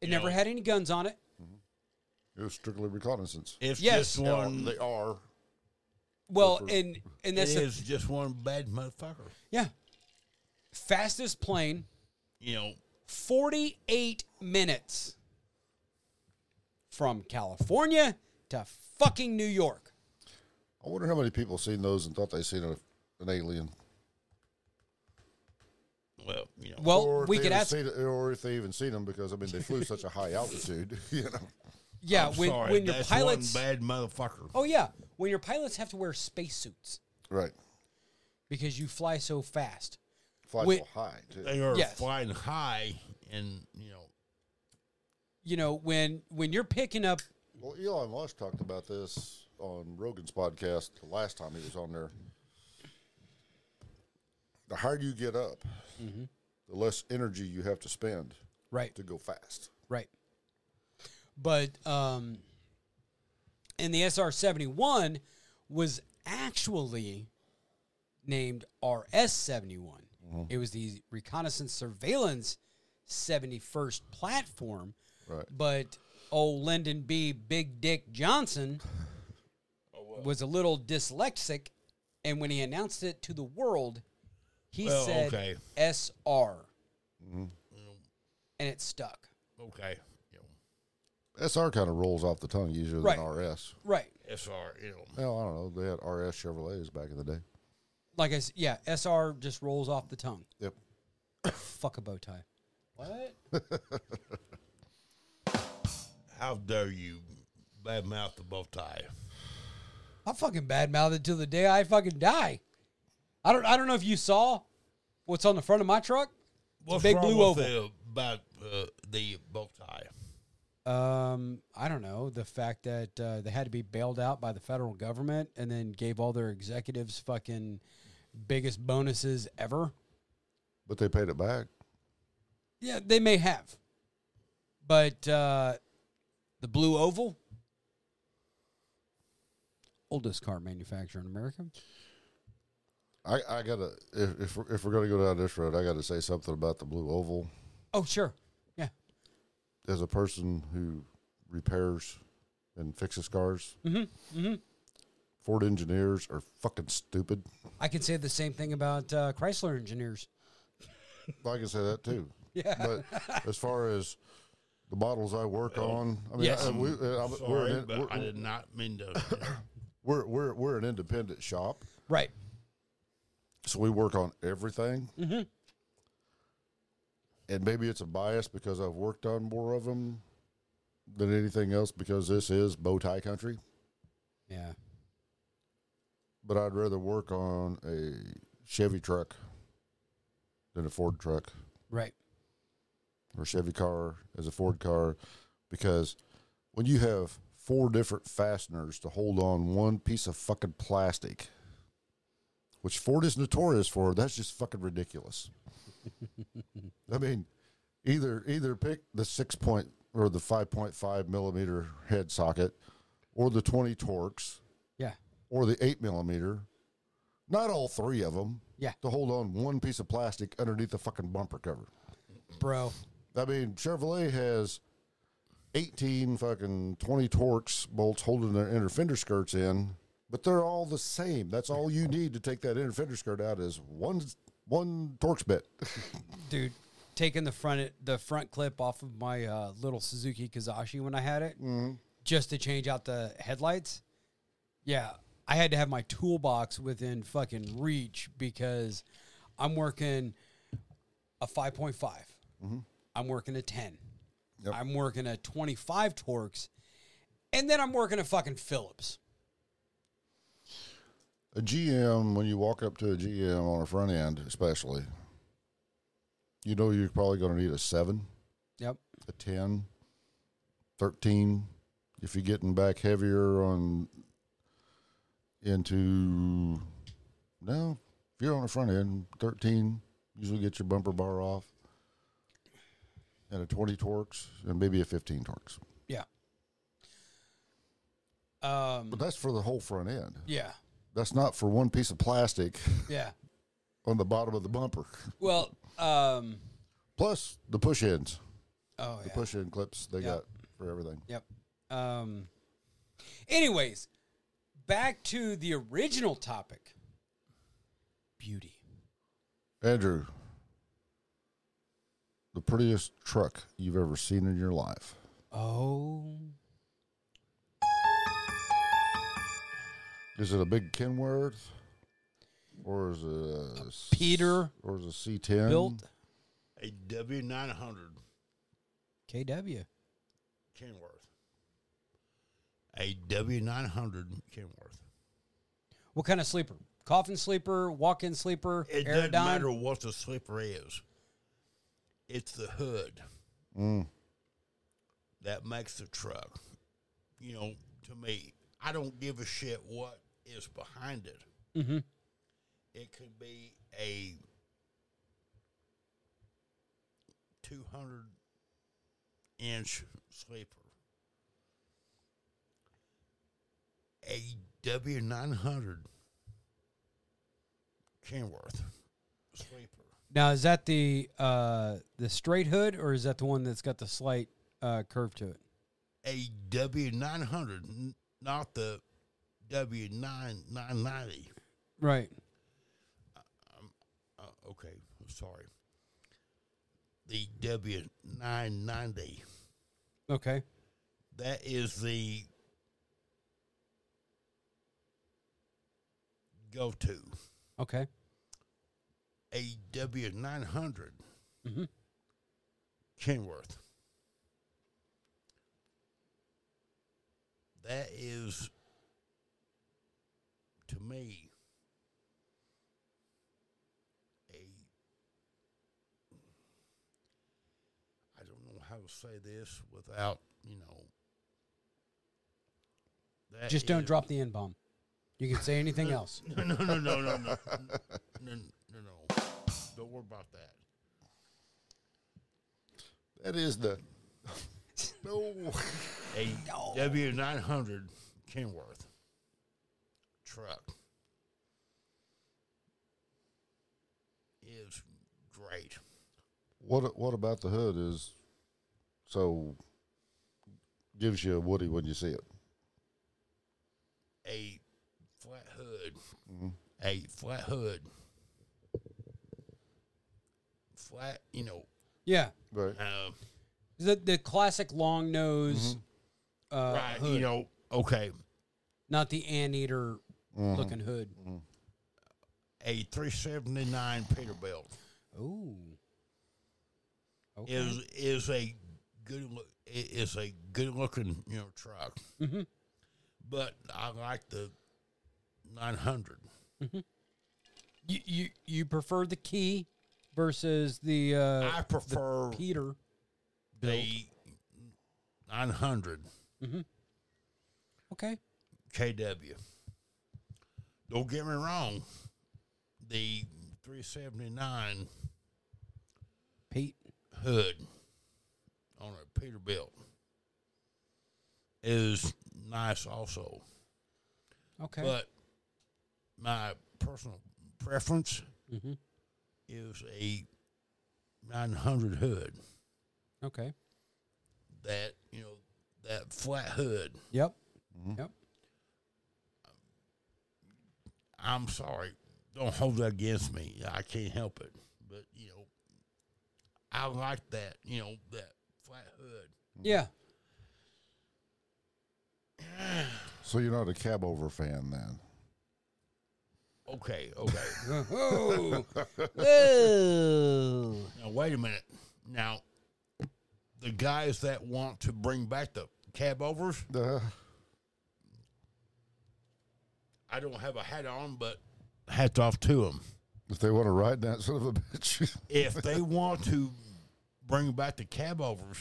It You never know- had any guns on it. It was strictly reconnaissance. It's Yes. just one. they are Well, and and It that's the- is just one bad motherfucker. yeah. Fastest plane, You know, forty eight minutes from California to fucking New York. I wonder how many people seen those and thought they seen a, an alien. well, you know. Well, Or if Oh, we they could even ask. seen it- or if they even seen them because I mean they flew such a high altitude. You know, Yeah, I'm when sorry, when your that's pilots. one bad motherfucker. Oh yeah, when your pilots have to wear spacesuits right? because you fly so fast. Fly Wait. so high. Too. They are Yes. flying high, and you know, You know when when you're picking up. Well, Elon Musk talked about this on Rogan's podcast the last time he was on there. The higher you get up, the less energy you have to spend Right. to go fast. Right. But um, and the SR seventy one was actually named RS seventy one. Mm-hmm. It was the reconnaissance surveillance seventy first platform. Right. But old Lyndon B. Big Dick Johnson Oh, was a little dyslexic, and when he announced it to the world, he Well, said okay. Mm-hmm. SR, and it stuck. Okay. You know, SR kind of rolls off the tongue easier Right. than RS. Right. SR, you know. Well, I don't know. They had RS Chevrolets back in the day. like I s- yeah, SR just rolls off the tongue. Yep. Fuck a bow tie. What? How dare you badmouth the bow tie? I fucking badmouth it till the day I fucking die. I don't I don't know if you saw what's on the front of my truck. What's big wrong blue with oval. The, about uh, the bow tie? Um, I don't know the fact that uh, they had to be bailed out by the federal government and then gave all their executives fucking biggest bonuses ever. But they paid it back. Yeah, they may have, but uh, the blue oval, oldest car manufacturer in America. I, I gotta if if we're, if we're gonna go down this road, I gotta say something about the blue oval. Oh, sure. Yeah. As a person who repairs and fixes cars, mm-hmm. Mm-hmm. Ford engineers are fucking stupid. I can say the same thing about uh, Chrysler engineers. I can say that too. Yeah. But as far as the models I work on, I mean, Yes. I- we, uh, I'm- we're, Oh, Sorry, an, but I we're, did not mean to. you know. we're, we're, we're an independent shop, Right. so we work on everything. Mm-hmm. And maybe it's a bias because I've worked on more of them than anything else because this is bow tie country. Yeah. But I'd rather work on a Chevy truck than a Ford truck. Right. or Chevy car as a Ford car because when you have four different fasteners to hold on one piece of fucking plastic, which Ford is notorious for, that's just fucking ridiculous. I mean, either either pick the six point or the five point five millimeter head socket, or the twenty Torx, Yeah. or the eight millimeter. Not all three of them. Yeah. To hold on one piece of plastic underneath the fucking bumper cover. Bro. I mean, Chevrolet has 18 fucking 20 Torx bolts holding their inner fender skirts in, but they're all the same. That's all you need to take that inner fender skirt out is one one Torx bit. Dude, taking the front the front clip off of my uh, little Suzuki Kazashi when I had it just to change out the headlights. Yeah. I had to have my toolbox within fucking reach because I'm working a 5.5. I'm working a 10. Yep. I'm working a 25 Torx. And then I'm working a fucking Phillips. A GM, when you walk up to a GM on a front end, especially, you know you're probably going to need a 7, Yep. a 10, 13. If you're getting back heavier on into no, if you're on the front end, 13 usually get your bumper bar off, and a 20 Torx, and maybe a 15 Torx. Yeah. Um. But that's for the whole front end. Yeah. That's not for one piece of plastic Yeah. on the bottom of the bumper. Well. Um. Plus the push ends, Oh yeah. push in clips they Yeah. got for everything. Yep. Um. Anyways, back to the original topic. Beauty. Andrew, the prettiest truck you've ever seen in your life. Oh. Is it a big Kenworth, or is it a, s- Peter or is it a C10 built a W900 KW. Kenworth. A W900 Kenworth. What kind of sleeper? Coffin sleeper, walk-in sleeper, It doesn't aerodyne. matter what the slipper is. It's the hood Mm. that makes the truck. You know, to me, I don't give a shit what is behind it. Mm-hmm. It could be a 200 inch sleeper. A W900 Kenworth sleeper. Now is that the uh, the straight hood or is that the one that's got the slight uh, curve to it? A W900, n- not the W9990. Right. Uh, okay, sorry. The W990. Okay. That is the go to. Okay. AW900 Mhm. Kenworth. That is, to me, a. I don't know how to say this without, you know. that Just don't is- drop the n bomb. You can say anything else. no, no, no, no, no, no, no, no, no, no. Don't worry about that. That is the. no. A W nine hundred Kenworth truck is great. What What about the hood is so gives you a Woody when you see it? A flat hood, a flat hood, flat. You know, Yeah. Right. uh, The the classic long nose uh, Mm-hmm. right? hood, You know, okay. not the anteater Mm. Mm-hmm. looking hood. A three seventy nine Peterbilt Mm-hmm. Ooh. Okay. is is a good loo- i- is a good looking you know truck, Mhm. but I like the nine hundred. you, you you prefer the key versus the uh, I prefer Peter. the nine hundred Okay. KW. Don't get me wrong, the three seventy nine Pete. hood on a Peterbilt is nice also, Okay. but my personal preference hmm is a 900 hood Okay. that you know that flat hood Yep. Yep. i'm sorry don't hold that against me i can't help it but you know i like that you know that flat hood Yeah. So you're not a cab over fan then? okay okay Oh. Whoa. now wait a minute now the guys that want to bring back the cab overs Uh, i don't have a hat on but hats off to them if they want to ride that son of a bitch, if they want to bring back the cab overs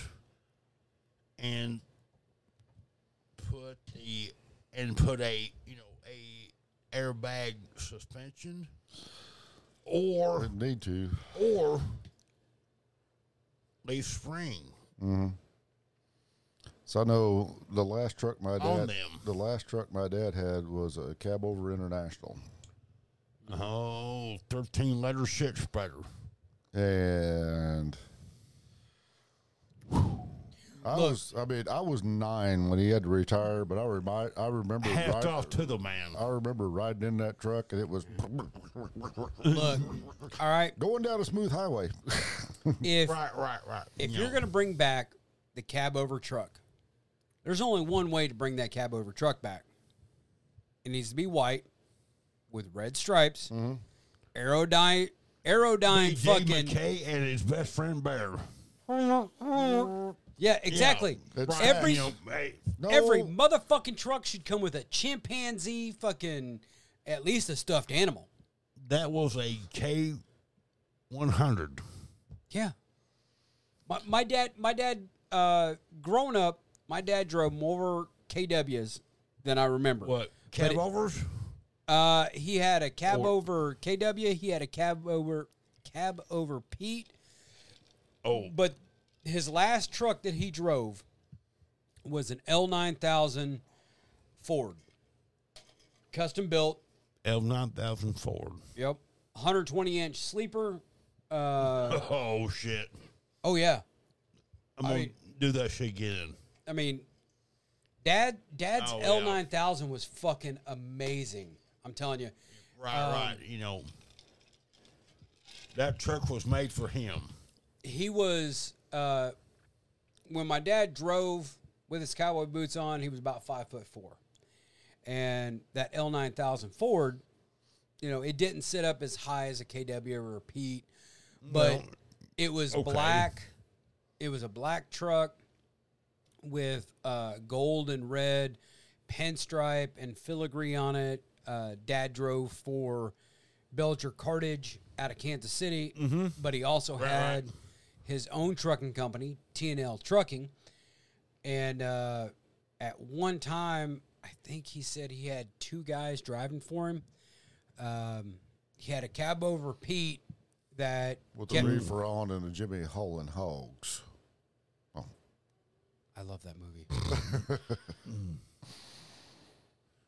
and put the and put a you know a airbag suspension or didn't need to. or leaf spring So I know the last truck my dad On them. the last truck my dad had was a cab over international, oh 13 letter shit spreader and I was I mean I was nine when he had to retire, but I remind I remember hats riding- off to the man I remember riding in that truck and it was Look. All right. going down a smooth highway. If right right right if You you're know, going to bring back the cab over truck, there's only one way to bring that cab over truck back. It needs to be white with red stripes, aerodyne, aerodyne J. fucking. McKay and his best friend Bear. Yeah, exactly. That's Every you know, hey, No, every motherfucking truck should come with a chimpanzee, fucking, at least a stuffed animal. that was a K one hundred. Yeah. My, my dad, my dad, uh, growing up, my dad drove more KWs than I remember. What But cab overs? Uh, he had a cab over KW. He had a cab over cab over Pete. Oh, but his last truck that he drove was an L9000 Ford, custom built. L nine thousand Ford. Yep, 120 inch sleeper. Uh, Oh shit! oh yeah, I'm I gonna mean- do that shit again. I mean, Dad, Dad's Oh, yeah. L9000 was fucking amazing. I'm telling you, Right, right. You know, that truck was made for him. he was uh, when my dad drove with his cowboy boots on. He was about five foot four, and that L nine thousand Ford, you know, it didn't sit up as high as a KW or a Pete, but No. it was Okay. black. It was a black truck with uh, gold and red pinstripe and filigree on it. Uh, Dad drove for Belcher Cartage out of Kansas City, but he also had his own trucking company, TNL Trucking. And uh, at one time, I think he said he had two guys driving for him. Um, he had a cab over Pete that With the kept- reefer on and the Jimmy Hole and Hogs. I love that movie. Mm.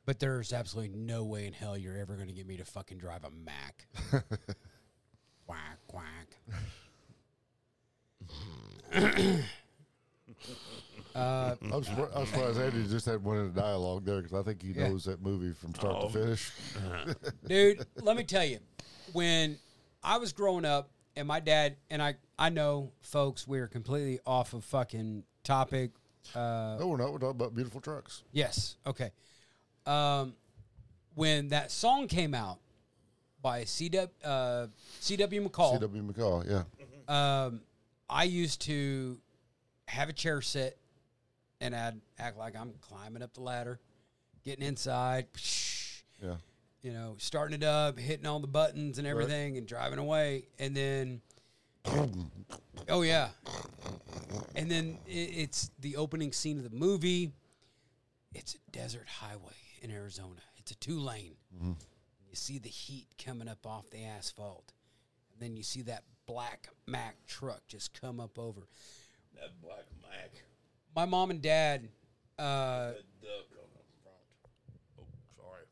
but there's absolutely no way in hell you're ever going to get me to fucking drive a Mac. quack, quack. uh, I'm, surpri- I'm surprised Andy just had one in the dialogue there because I think he Yeah. knows that movie from start Oh. to finish. dude let me tell you when i was growing up and my dad and i i know folks we are completely off of fucking topic uh No, we're not. We're talking about beautiful trucks. yes okay um when that song came out by cw uh cw mccall C.W. McCall, yeah. um, I used to have a chair set and I'd act like I'm climbing up the ladder, getting inside, Yeah. you know, starting it up, hitting all the buttons and everything, and driving away. And then, oh yeah, and then i it's the opening scene of the movie. It's a desert highway in Arizona. It's a two lane. Mm-hmm. You see the heat coming up off the asphalt. And then you see that black Mack truck just come up over. That black Mac, My mom and dad, uh, that duck on the front. Oh, sorry.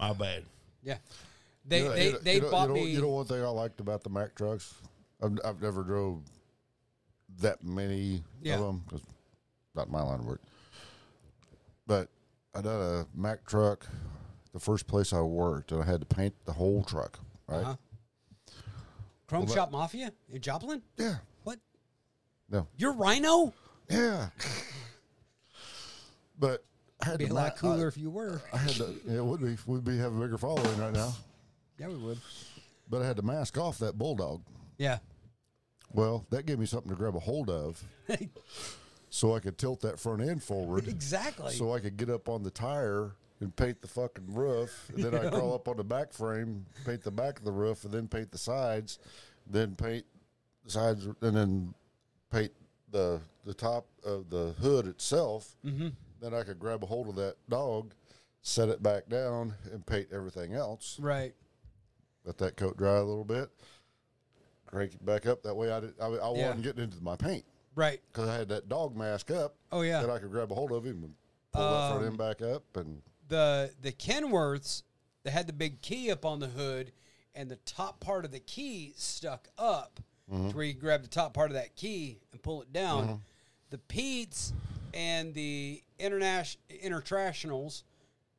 My bad. yeah, they You know- they, you know- they you know- bought you know, me. You know one thing I liked about the Mack trucks? I've, I've never drove that many Yeah. of them because not my line of work. But I done a Mack truck the first place I worked, and I had to paint the whole truck. Right? Uh-huh. Chrome Well, Shop Mafia in Joplin? Yeah. What? No. You're Rhino? Yeah. but I had Be to a lot ma- cooler if you were. I, I had to. It would be. We'd be having a bigger following right now. Yeah, we would. But I had to mask off that bulldog. Yeah. Well, that gave me something to grab a hold of, so I could tilt that front end forward. exactly. so I could get up on the tire and paint the fucking roof. And then I crawl up on the back frame, paint the back of the roof, and then paint the sides, then paint the sides, and then paint the the top of the hood itself. Mm-hmm. Then I could grab a hold of that dog, set it back down, and paint everything else. right. Let that coat dry a little bit, crank it back up. That way I did, I, I Yeah. wasn't getting into my paint Right. because I had that dog mask up. Oh, yeah. Um, that I could grab a hold of him and pull that front end back up and The the Kenworths that had the big key up on the hood and the top part of the key stuck up Mm-hmm. to where you grab the top part of that key and pull it down. The Pete's and the international internationals,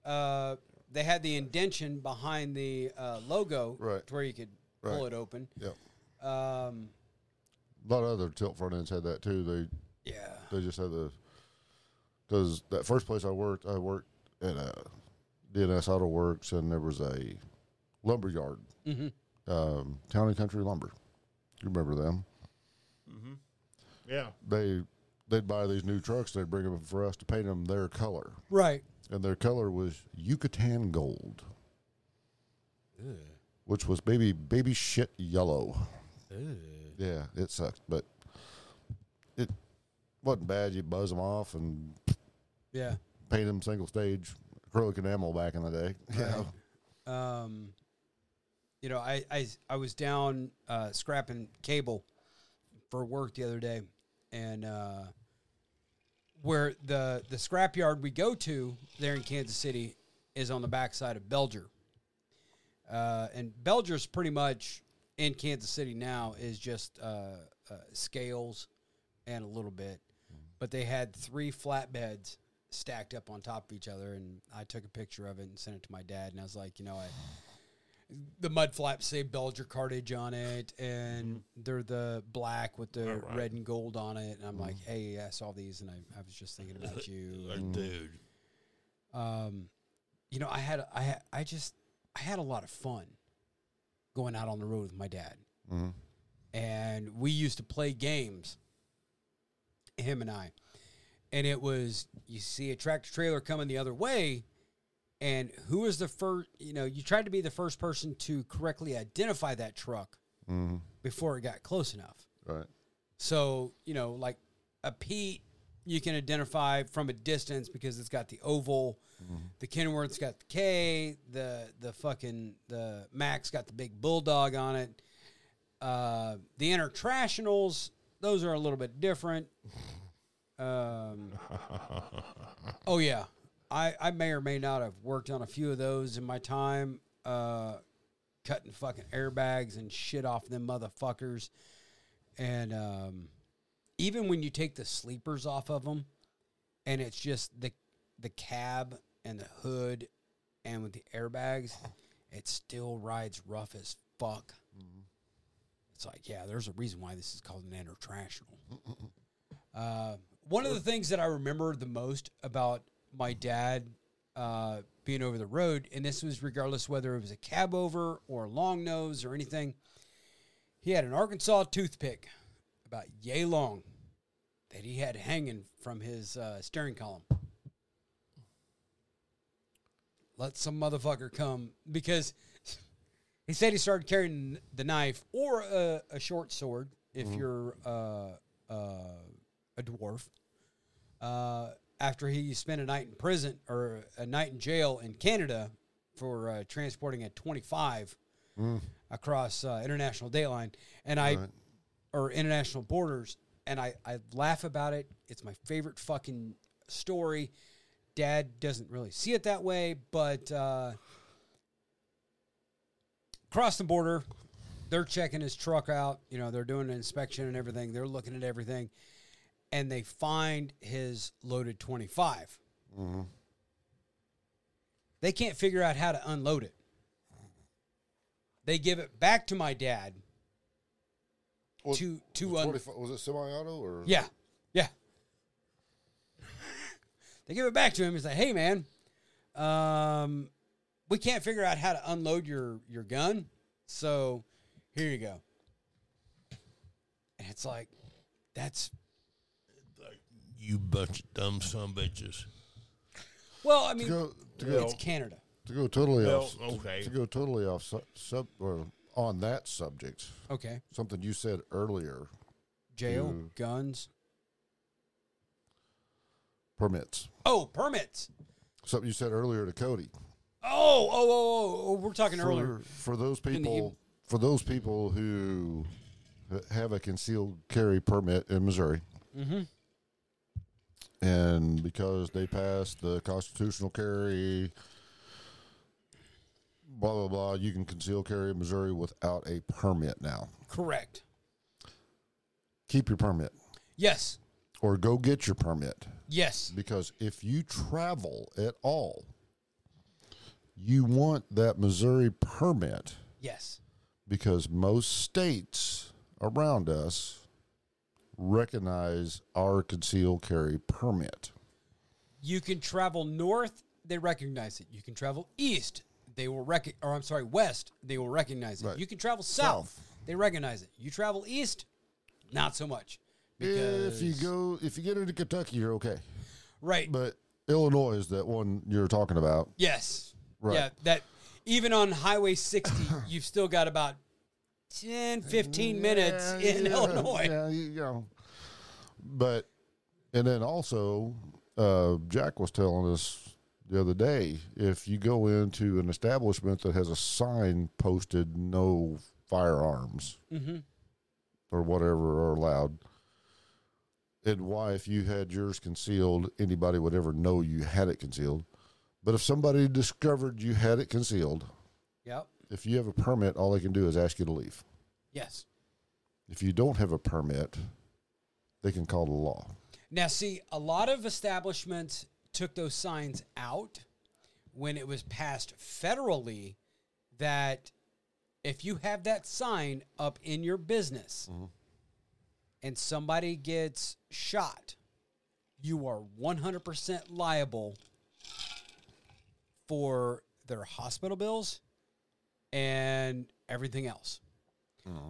uh, they had the indention behind the uh, logo Right. to where you could pull it Right. open. yeah. Um, A lot of other tilt front ends had that too. They yeah. they just had the because that first place I worked, I worked at uh, a DNS Auto Works, and there was a lumber yard, Mm-hmm. um, Town and Country Lumber. You remember them? Yeah. They they'd buy these new trucks, they'd bring them for us to paint them their color, Right. and their color was Yucatan gold, which was baby baby shit yellow. Yeah, it sucked, but it wasn't bad. You buzz them off and Yeah. paint them single stage acrylic enamel back in the day. Yeah, um, you know, I, I I was down uh, scrapping cable for work the other day, and uh, where the the scrapyard we go to there in Kansas City is on the backside of Belger, uh, and Belger's pretty much in Kansas City now is just uh, uh, scales and a little bit, but they had three flatbeds stacked up on top of each other, and I took a picture of it and sent it to my dad, and I was like, you know, I the mud flaps say Belger cartage on it, and they're the black with the Alright. red and gold on it. And I'm like, hey, I saw these, and I, I was just thinking about you. Like, dude. Um, you know, I had I had- I just I had a lot of fun going out on the road with my dad, Mhm. and we used to play games. Him and I, and it was you see a tractor trailer coming the other way, and who was the first? You know, you tried to be the first person to correctly identify that truck Mm-hmm. before it got close enough. Right. So, you know, like a Pete, you can identify from a distance because it's got the oval. The Kenworth's got the K. The the fucking the Max got the big bulldog on it. Uh, the Intertrationals, those are a little bit different. Um, oh yeah, I I may or may not have worked on a few of those in my time. Uh, cutting fucking airbags and shit off them motherfuckers and um, even when you take the sleepers off of them, and it's just the the cab and the hood, and with the airbags, it still rides rough as fuck. It's like, yeah, there's a reason why this is called an intertrational. uh, one of the things that I remember the most about my dad uh, being over the road, and this was regardless whether it was a cab over or a long nose or anything, he had an Arkansas toothpick about yay long that he had hanging from his uh, steering column. Let some motherfucker come because he said he started carrying the knife or a, a short sword if you're uh, uh, a dwarf. Uh, after he spent a night in prison or a night in jail in Canada for uh, transporting a 25 across uh, international dayline, and I Right. or international borders, and I, I laugh about it. It's my favorite fucking story. Dad doesn't really see it that way, but uh, cross the border, they're checking his truck out. You know, they're doing an inspection and everything. They're looking at everything, and they find his loaded twenty They can't figure out how to unload it. They give it back to my dad Was, to to was, un- 25 was it semi-auto or yeah. Yeah. they give it back to him and say, hey, man, um, we can't figure out how to unload your, your gun. So here you go. And it's like, that's, Like, you bunch of dumb son bitches. well, I To mean, go to go it's Canada. to go totally Well, off okay. to go totally off su- sub or on that subject. Okay. Something you said earlier. Jail, Yeah. guns. Permits. Oh, permits. Something you said earlier to Cody. Oh, oh, oh, oh, oh we're talking for, earlier. for those the people evening. for those people who have a concealed carry permit in Missouri. Mm-hmm. And because they passed the constitutional carry, blah blah blah, you can conceal carry in Missouri without a permit now. Correct. Keep your permit, Yes. or go get your permit, Yes. because if you travel at all, you want that Missouri permit. Yes. because most states around us recognize our concealed carry permit. You can travel north, they recognize it. You can travel east, they will rec- or I'm sorry, west, they will recognize it. Right. You can travel south, they recognize it. You travel east, not so much. If you go, if you get into Kentucky, you're okay. Right. But Illinois is that one you're talking about. yes. Right. Yeah, that even on highway 60, you've still got about 10 15 minutes Yeah, in yeah, Illinois. Yeah, you know. But and then also, uh, Jack was telling us the other day if you go into an Mm-hmm. establishment that has a sign posted no firearms or whatever are allowed, and why if you had yours concealed, anybody would ever know you had it concealed. But if somebody discovered you had it concealed, Yep. if you have a permit, all they can do is ask you to leave. Yes. If you don't have a permit, they can call the law. Now, see, a lot of establishments took those signs out when it was passed federally that if you have that sign up in your business and somebody gets shot, you are 100% liable for their hospital bills and everything else.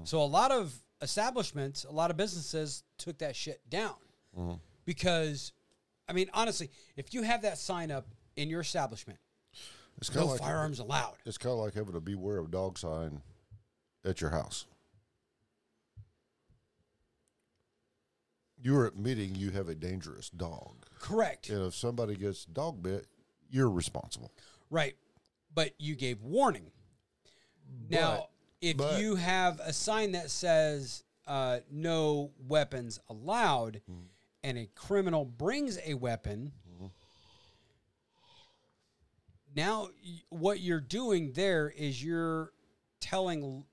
So, a lot of establishments, a lot of businesses took that shit down because I mean, honestly, if you have that sign up in your establishment, It's kind no of like firearms allowed. it's kind of like having a beware of dog sign at your house. You're admitting you have a dangerous dog, Correct. and if somebody gets dog bit, you're responsible. Right. But you gave warning. now, if but- you have a sign that says uh, no weapons allowed Hmm. and a criminal brings a weapon, now y- what you're doing there is you're telling l-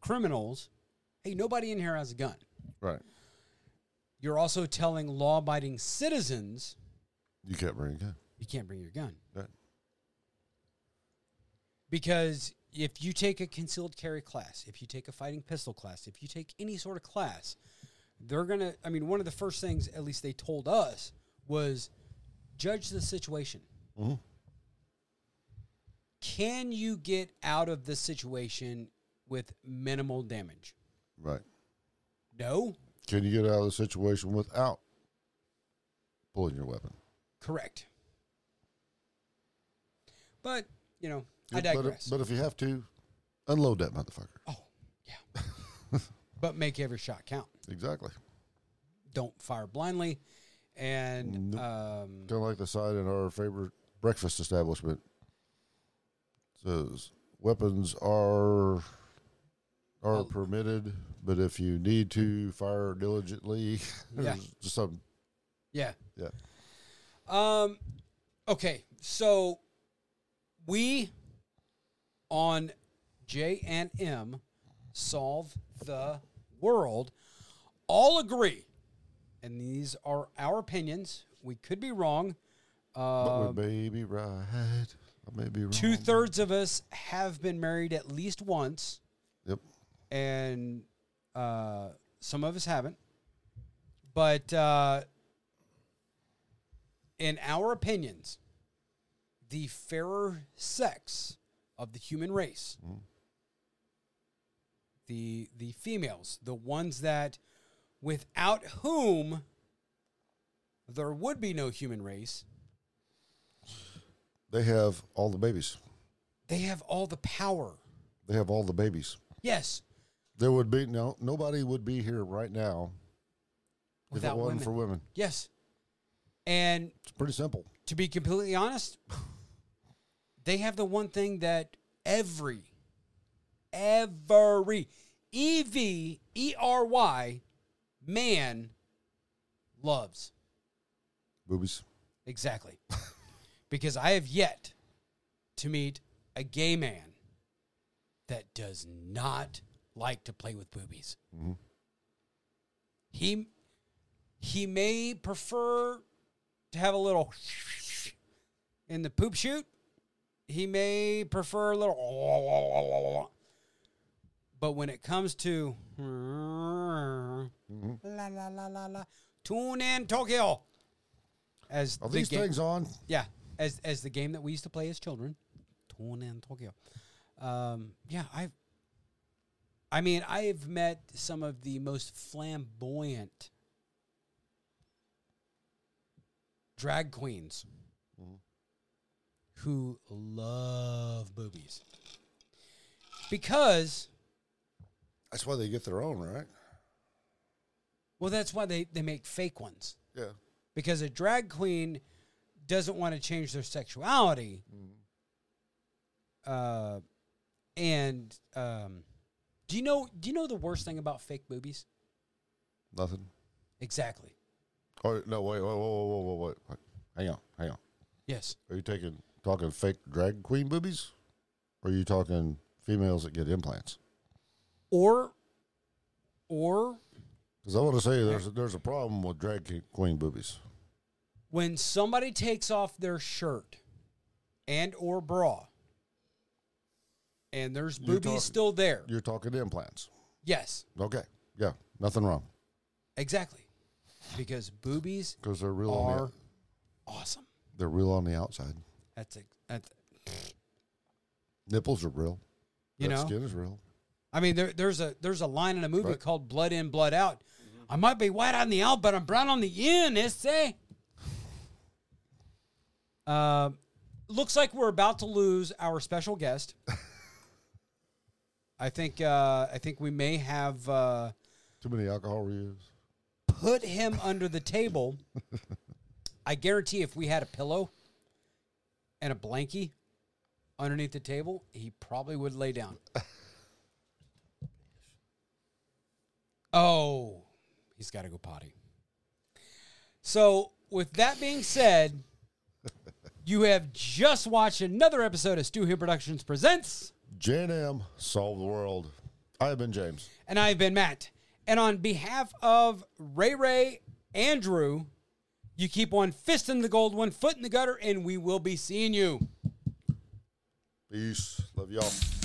criminals, hey, nobody in here has a gun. Right. You're also telling law abiding citizens You can't bring a gun. you can't bring your gun. Right. Because if you take a concealed carry class, if you take a fighting pistol class, if you take any sort of class, they're going to, I mean, one of the first things, at least they told us, was judge the situation. Mm-hmm. Can you get out of the situation with minimal damage? Right. No, Can you get out of the situation without pulling your weapon? correct. But, you know, I But- digress. But, if you have to, unload that motherfucker. Oh, yeah. but make every shot count. Exactly. Don't fire blindly. And Nope. um, Kind of like the sign in our favorite breakfast establishment says weapons are are Oh. permitted, but if you need to fire diligently, Yeah. just some yeah. yeah. Um, okay. So we on J and M solve the world all agree. And these are our opinions. We could be wrong. But Uh, we may be right. I may be wrong. Two thirds of us have been married at least once. Yep. and uh, some of us haven't. But uh, in our opinions, the fairer sex of the human race, the the females, the ones that without whom there would be no human race, They have all the babies. they have all the power. They have all the babies. Yes, There would be no nobody would be here right now if without it wasn't women. for women. yes, and It's pretty simple. to be completely honest, they have the one thing that every, every, E V E R Y man loves. Boobies. Exactly. because I have yet to meet a gay man that does not like to play with boobies. Mm-hmm. He he may prefer to have a little in the poop shoot. He may prefer a little but when it comes to Mm-hmm. la la la la la tune in Tokyo as Are the these game- things on? yeah, as as the game that we used to play as children, Torn and Tokyo. Um, yeah, I've. I mean, I have met some of the most flamboyant drag queens who love boobies because That's why they get their own, right? well, that's why they they make fake ones. Yeah. because a drag queen doesn't want to change their sexuality. Mm-hmm. Uh, and um, do you know? Do you know the worst thing about fake boobies? Nothing. Exactly. Oh no! Wait! Whoa! Whoa! Whoa! Whoa! Whoa! Wait. Hang on! Hang on! Yes. Are you taking talking fake drag queen boobies, or are you talking females that get implants? Or, or Because I want to say there's a, there's a problem with drag ki- queen boobies. when somebody takes off their shirt and or bra, and there's You're boobies talking- still there. You're talking implants. Yes. Okay. Yeah. Nothing wrong. Exactly. Because boobies Because they're real. On the, are out- awesome. they're real on the outside. That's a, that's, Nipples are real. you that know. skin is real. I mean, there, there's a there's a line in a movie Right. called Blood In, Blood Out. I might be white on the out, but I'm brown on the in. It's say. Uh, looks like we're about to lose our special guest. I think uh, I think we may have uh, Too many alcohol reuse. put him under the table. I guarantee, if we had a pillow and a blankie underneath the table, he probably would lay down. Oh, he's got to go potty. So, with that being said, you have just watched another episode of Stu Hill Productions Presents, J M solve the world. I have been James. and I've been Matt. And on behalf of Ray Ray, Andrew, you keep on fisting the gold, one foot in the gutter, and we will be seeing you. Peace. Love y'all.